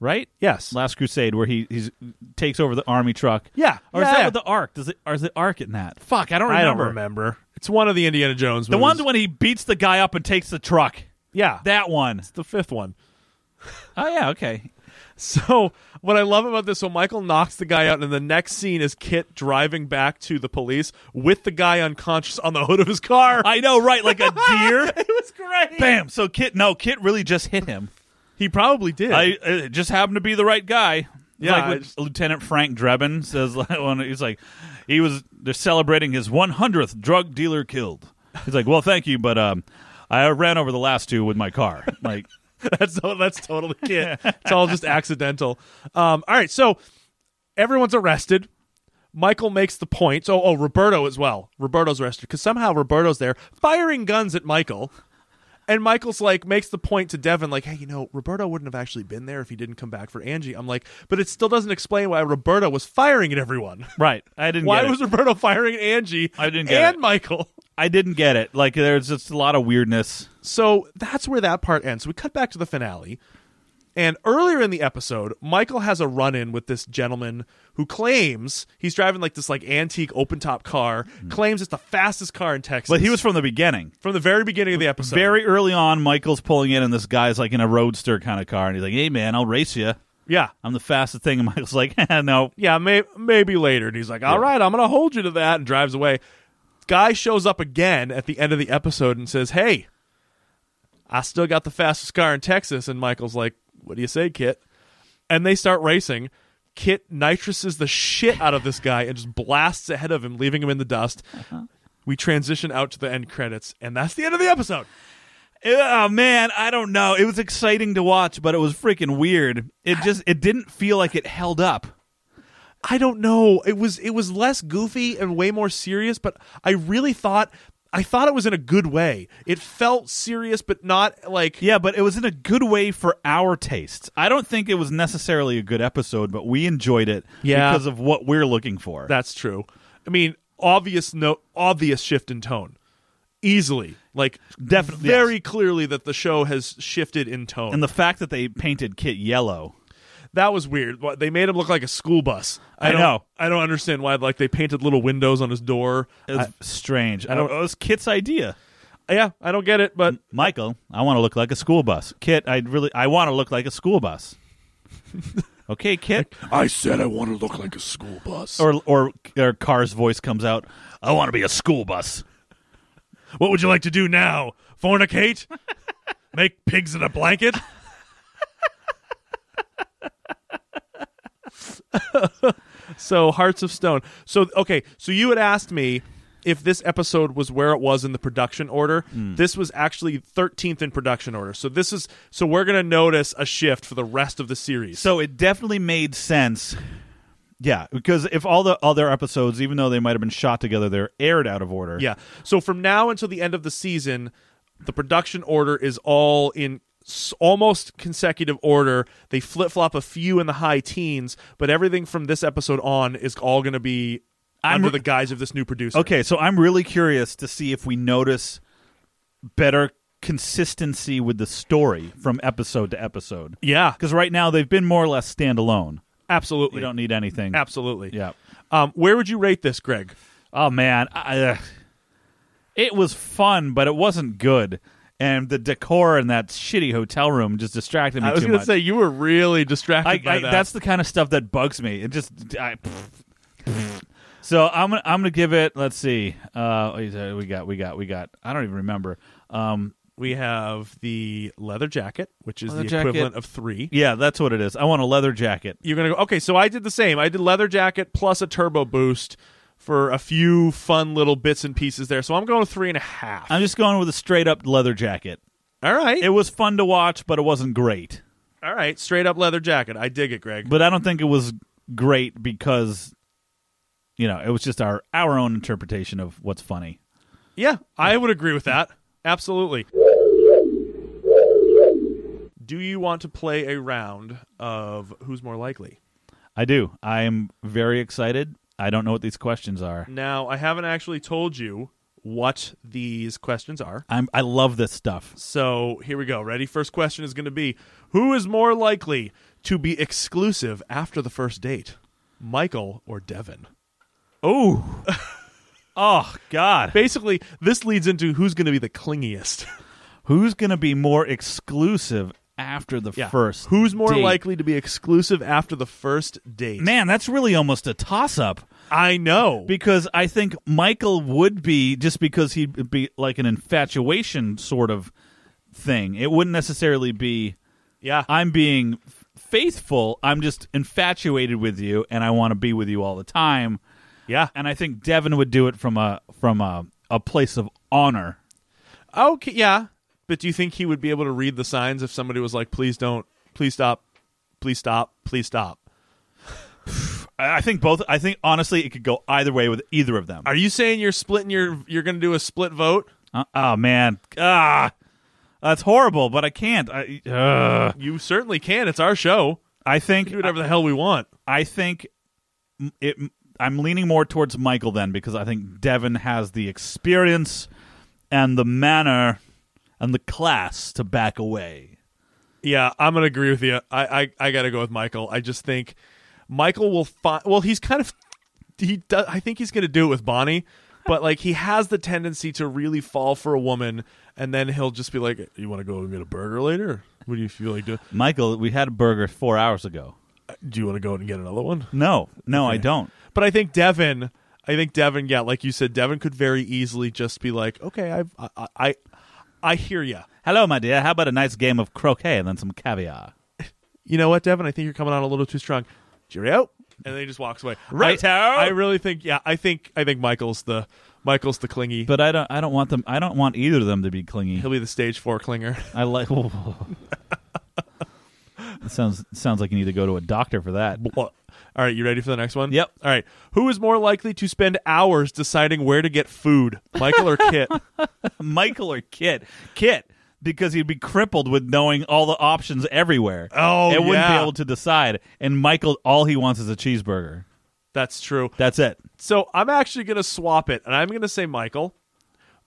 right?
yes,
Last Crusade, where he he's, takes over the army truck.
yeah.
Or
yeah,
is that
yeah.
with the Ark? Does it? Or is it Ark in that? Fuck, I don't
I
remember.
don't remember. It's one of the Indiana Jones.
The
movies.
one when he beats the guy up and takes the truck.
yeah,
That one.
the fifth one.
Oh yeah. Okay.
So what I love about this, so Michael knocks the guy out, and the next scene is Kit driving back to the police with the guy unconscious on the hood of his car.
I know, right? Like a deer.
it was great.
Bam. So Kit, no, Kit really just hit him.
He probably did.
I it just happened to be the right guy. It's
Yeah,
like
I
what
just-
Lieutenant Frank Drebin says. Like, when he's like, he was they're celebrating his 100th drug dealer killed. He's like, well, thank you, but um, I ran over the last two with my car. Like,
that's to- that's totally Kit. it's all just accidental. Um, all right, so everyone's arrested. Michael makes the point. So, oh, Roberto as well. Roberto's arrested because somehow Roberto's there firing guns at Michael. And Michael's like makes the point to Devin, like, hey, you know, Roberto wouldn't have actually been there if he didn't come back for Angie. I'm like, but it still doesn't explain why Roberto was firing at everyone.
right? I didn't.
Why
get
was
it.
Roberto firing at Angie
I didn't get
and
it.
Michael?
I didn't get it? Like, there's just a lot of weirdness.
So that's where that part ends. We cut back to the finale. And earlier in the episode, Michael has a run in with this gentleman who claims he's driving like this like antique open top car, claims it's the fastest car in Texas.
Hmm. But he was from the beginning.
from the very beginning of the episode.
Very early on, Michael's pulling in, and this guy's like in a roadster kind of car, and he's like, "Hey, man, I'll race you.
yeah.
I'm the fastest thing." And Michael's like, "No,
Yeah, may- maybe later. And he's like, "All right, I'm going to hold you to that." and drives away. Guy shows up again at the end of the episode and says, "Hey, I still got the fastest car in Texas." And Michael's like, "What do you say, Kit?" And they start racing. Kit nitrouses the shit out of this guy and just blasts ahead of him, leaving him in the dust. We transition out to the end credits, and that's the end of the episode.
Oh man, I don't know. It was exciting to watch, but it was freaking weird. It just it didn't feel like it held up.
I don't know. It was it was less goofy and way more serious, but I really thought I thought it was in a good way. It felt serious but not like
Yeah, but it was in a good way for our tastes. I don't think it was necessarily a good episode, but we enjoyed it
Yeah.
because of what we're looking for.
that's true. I mean, obvious no obvious shift in tone. Easily. Like
Definitely, yes.
very clearly that the show has shifted in tone.
and the fact that they painted Kit yellow.
that was weird. Why- They made him look like a school bus.
I
don't,
know.
I don't understand why like they painted little windows on his door.
It was strange. I don't. It was Oh, Kit's idea.
yeah, I don't get it, but
Michael, I want to look like a school bus. Kit, I really I want to look like a school bus. okay, Kit.
I said I want to look like a school bus.
Or or or Car's voice comes out. I want to be a school bus.
what would you like to do now? Fornicate? Make pigs in a blanket? so Hearts of Stone. So okay, so you had asked me if this episode was where it was in the production order. This was actually 13th in production order. So this is so we're going to notice a shift for the rest of the series.
So it definitely made sense. Yeah, because if all the other episodes, even though they might have been shot together, they're aired out of order.
Yeah. So from now until the end of the season, the production order is all in s- almost consecutive order. They flip flop a few in the high teens, but everything from this episode on is all going to be
I'm
under
re-
the guise of this new producer.
Okay, so I'm really curious to see if we notice better consistency with the story from episode to episode.
Yeah.
Because right now they've been more or less standalone.
Absolutely.
We don't need anything.
Absolutely.
Yeah.
Um, where would you rate this, Greg?
Oh man, I, uh, it was fun, but it wasn't good. And the decor in that shitty hotel room just distracted me
I was
too
gonna
much.
say you were really distracted
I,
by
I,
that.
that's the kind of stuff that bugs me. It just I, so I'm gonna I'm gonna give it. Let's see. Uh, we got we got we got. I don't even remember. Um,
we have the leather jacket, which is
Leather
the
jacket.
equivalent of three.
yeah, that's what it is. I want a leather jacket.
you're gonna go okay so i did the same i did leather jacket plus a turbo boost for a few fun little bits and pieces there so i'm going three and a half.
I'm just going with a straight up leather jacket.
all right
It was fun to watch, but it wasn't great.
all right straight up leather jacket i dig it greg
But I don't think it was great because you know it was just our our own interpretation of what's funny.
yeah i would agree with that absolutely do you want to play a round of who's more likely
I do. I'm very excited. I don't know what these questions are.
now i haven't actually told you what these questions are
I'm I love this stuff.
So here we go. Ready? First question is going to be Who is more likely to be exclusive after the first date, Michael or Devin?
Oh. oh God.
Basically, this leads into who's going to be the clingiest.
Who's gonna be more exclusive after the first?
Who's more
date?
likely to be exclusive after the first date?
Man, that's really almost a toss up.
I know.
Because I think Michael would be just because he'd be like an infatuation sort of thing. It wouldn't necessarily be
yeah.
I'm being f- faithful. I'm just infatuated with you, and I want to be with you all the time.
yeah.
And I think Devin would do it from a from a, a place of honor.
Okay. Yeah. But do you think he would be able to read the signs if somebody was like, please don't, please stop, please stop, please stop?
I I think both. I think honestly, it could go either way with either of them.
Are you saying you're splitting your, you're going to do a split vote?
Uh, oh man, ah, that's horrible. But I can't. I uh,
You certainly can. It's our show.
I think
do whatever the hell we want.
I think m- it. I'm leaning more towards Michael then because I think Devin has the experience and the manner and the class to back away.
Yeah, I'm gonna agree with you. I I, I gotta go with Michael. I just think Michael will find. Well, he's kind of he. Does, I think he's gonna do it with Bonnie, but like he has the tendency to really fall for a woman, and then he'll just be like, "You want to go and get a burger later? What do you feel like? Do,
Michael, we had a burger four hours ago.
do you want to go and get another one?"
No, no, I don't.
But I think Devin, I think Devin, yeah, like you said, Devin could very easily just be like, "Okay, I've, I I I, I hear you."
Hello, my dear. How about a nice game of croquet and then some caviar?
you know what, Devin? I think you're coming on a little too strong. Cheerio. And then he just walks away.
Righto.
I, I really think, yeah, I think, I think Michael's the Michael's the clingy.
But I don't. I don't want them. I don't want either of them to be clingy.
He'll be the stage four clinger.
I like. That sounds sounds like you need to go to a doctor for that.
All right, you ready for the next one?
Yep.
All right. Who is more likely to spend hours deciding where to get food, Michael or Kit?
Michael or Kit? Kit, because he'd be crippled with knowing all the options everywhere.
Oh,
and wouldn't be
yeah.
able to decide. And Michael, all he wants is a cheeseburger.
That's true.
That's it.
So I'm actually going to swap it, and I'm going to say Michael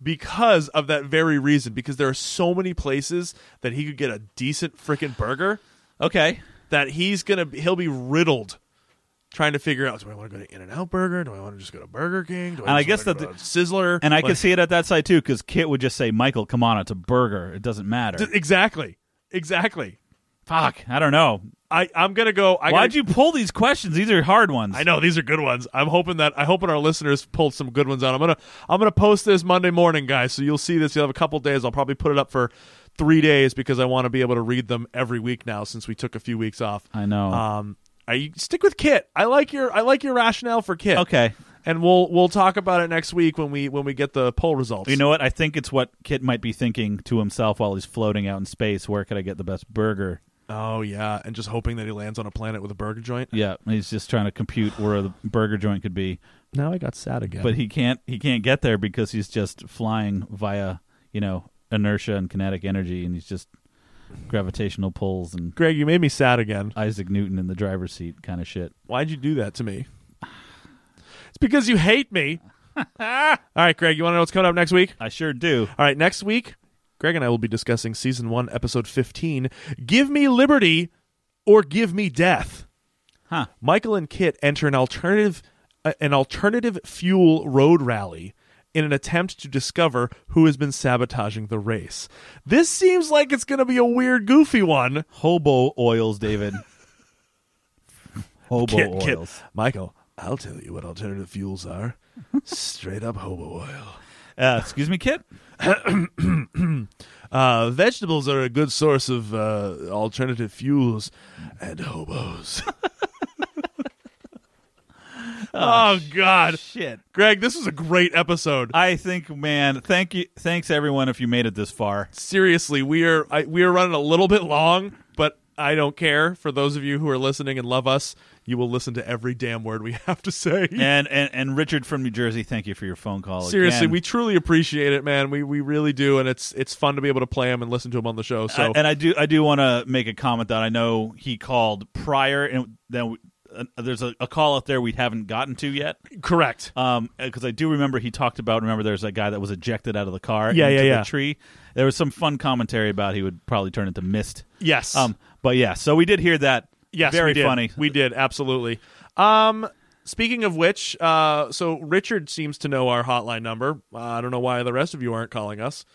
because of that very reason. Because there are so many places that he could get a decent freaking burger.
Okay.
that he's gonna he'll be riddled trying to figure out do I want to go to In and Out Burger? Do I want to just go to Burger King? Do
And I
just
guess
wanna
that
go
the-
to Sizzler.
And I
Like-
could see it at that side too, because Kit would just say, "Michael, come on, it's a burger. It doesn't matter."
D- exactly, exactly.
Fuck, I don't know.
I I'm gonna go. I
Why'd
gotta-
you pull these questions? These are hard ones.
I know these are good ones. I'm hoping that I hoping our listeners pulled some good ones out. I'm gonna I'm gonna post this Monday morning, guys. So you'll see this. You'll have a couple days. I'll probably put it up for three days because I want to be able to read them every week now since we took a few weeks off.
I know.
Um, I stick with Kit. I like your I like your rationale for Kit.
okay.
and we'll we'll talk about it next week when we when we get the poll results.
You know what? I think it's what Kit might be thinking to himself while he's floating out in space. Where could I get the best burger?
Oh yeah, and just hoping that he lands on a planet with a burger joint.
Yeah, he's just trying to compute where the burger joint could be,
Now I got sad again.
but he can't. He can't get there because he's just flying via you know inertia and kinetic energy, and he's just gravitational pulls and
Greg, you made me sad again.
Isaac Newton in the driver's seat kind of shit.
Why'd you do that to me? It's because you hate me. All right, Greg, you want to know what's coming up next week?
I sure do.
All right, next week, Greg and I will be discussing season one, episode 15 Give Me Liberty or Give Me Death.
Huh.
Michael and Kit enter an alternative, uh, an alternative fuel road rally in an attempt to discover who has been sabotaging the race. This seems like it's going to be a weird, goofy one.
Hobo oils, David. Hobo
Kit, Kit,
oils.
Michael, I'll tell you what alternative fuels are. Straight up hobo oil.
Uh, excuse me, Kit.
Uh, vegetables are a good source of uh, alternative fuels and hobos. oh, God.
Shit.
Greg, this was a great episode. Uh,
I think, man. Thank you. Thanks everyone if you made it this far.
Seriously, we are I, we are running a little bit long, but I don't care. For those of you who are listening and love us, you will listen to every damn word we have to say.
And and and Richard from New Jersey, thank you for your phone call.
Seriously,
again.
we truly appreciate it, man. We we really do, and it's it's fun to be able to play them and listen to them on the show. So
I- and I do I do want to make a comment that I know he called prior, and then we- uh, there's a, a call out there we haven't gotten to yet.
correct.
Um, because I do remember he talked about. Remember, there's that guy that was ejected out of the car.
Yeah,
into
yeah,
the
yeah.
Tree. There was some fun commentary about he would probably turn into mist.
Yes.
Um, but yeah, so we did hear that.
Yes,
very
we did.
funny.
We did absolutely. Um, speaking of which, uh, so Richard seems to know our hotline number. Uh, I don't know why the rest of you aren't calling us.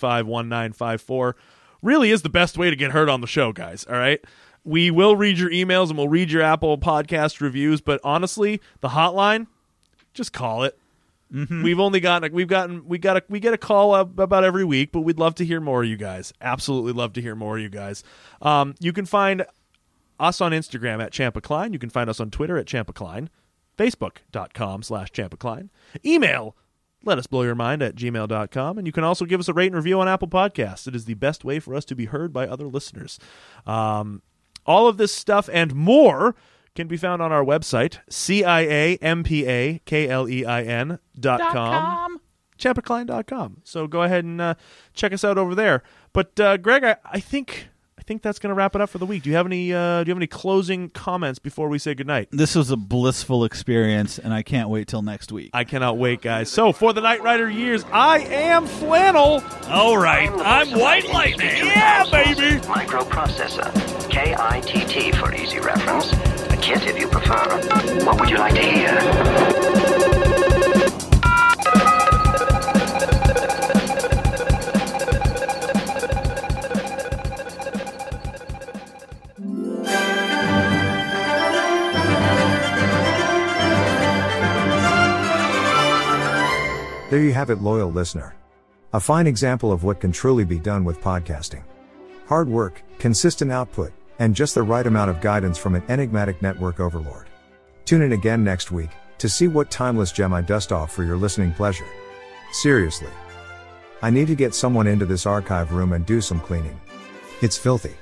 207-835-1954 really is the best way to get heard on the show, guys. All right. We will read your emails and we'll read your Apple podcast reviews, but honestly, the hotline, just call it.
Mm-hmm.
We've only gotten we've gotten we got a, we get a call up about every week, but we'd love to hear more of you guys. Absolutely love to hear more of you guys. Um, you can find us on Instagram at Champa Klein. You can find us on Twitter at Champa Klein, Facebook.com slash Champa Klein. Email let us blow your mind at gmail.com. And you can also give us a rate and review on Apple Podcasts. It is the best way for us to be heard by other listeners. Um, all of this stuff and more can be found on our website, C-I-A-M-P-A-K-L-E-I-N E dot com champacline.com. So go ahead and uh, check us out over there. But uh, Greg, I, I think I think that's going to wrap it up for the week. Do you have any uh, Do you have any closing comments before we say goodnight?
This was a blissful experience, and I can't wait till next week.
I cannot wait, guys. So for the Knight Rider years, I am Flannel.
All right,
I'm
White Lightning. Yeah, baby.
Microprocessor. KITT for easy reference. A kit if you prefer. What would you like to hear?
There you have it, loyal listener. A fine example of what can truly be done with podcasting. Hard work, consistent output, and just the right amount of guidance from an enigmatic network overlord. Tune in again next week to see what timeless gem I dust off for your listening pleasure. Seriously. I need to get someone into this archive room and do some cleaning. It's filthy.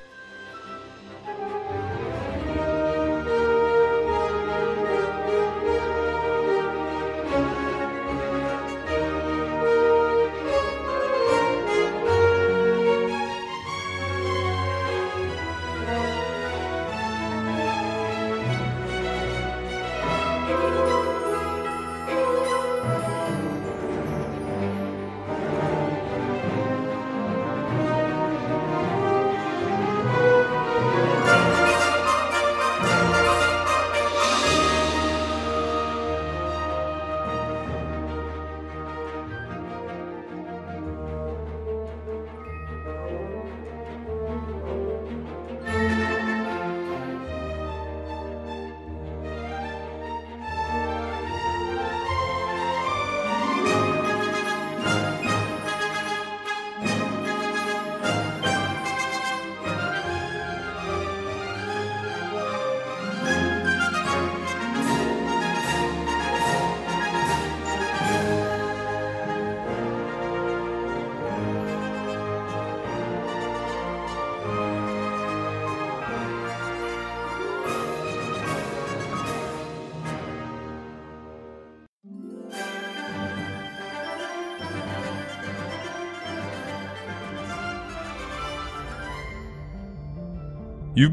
You've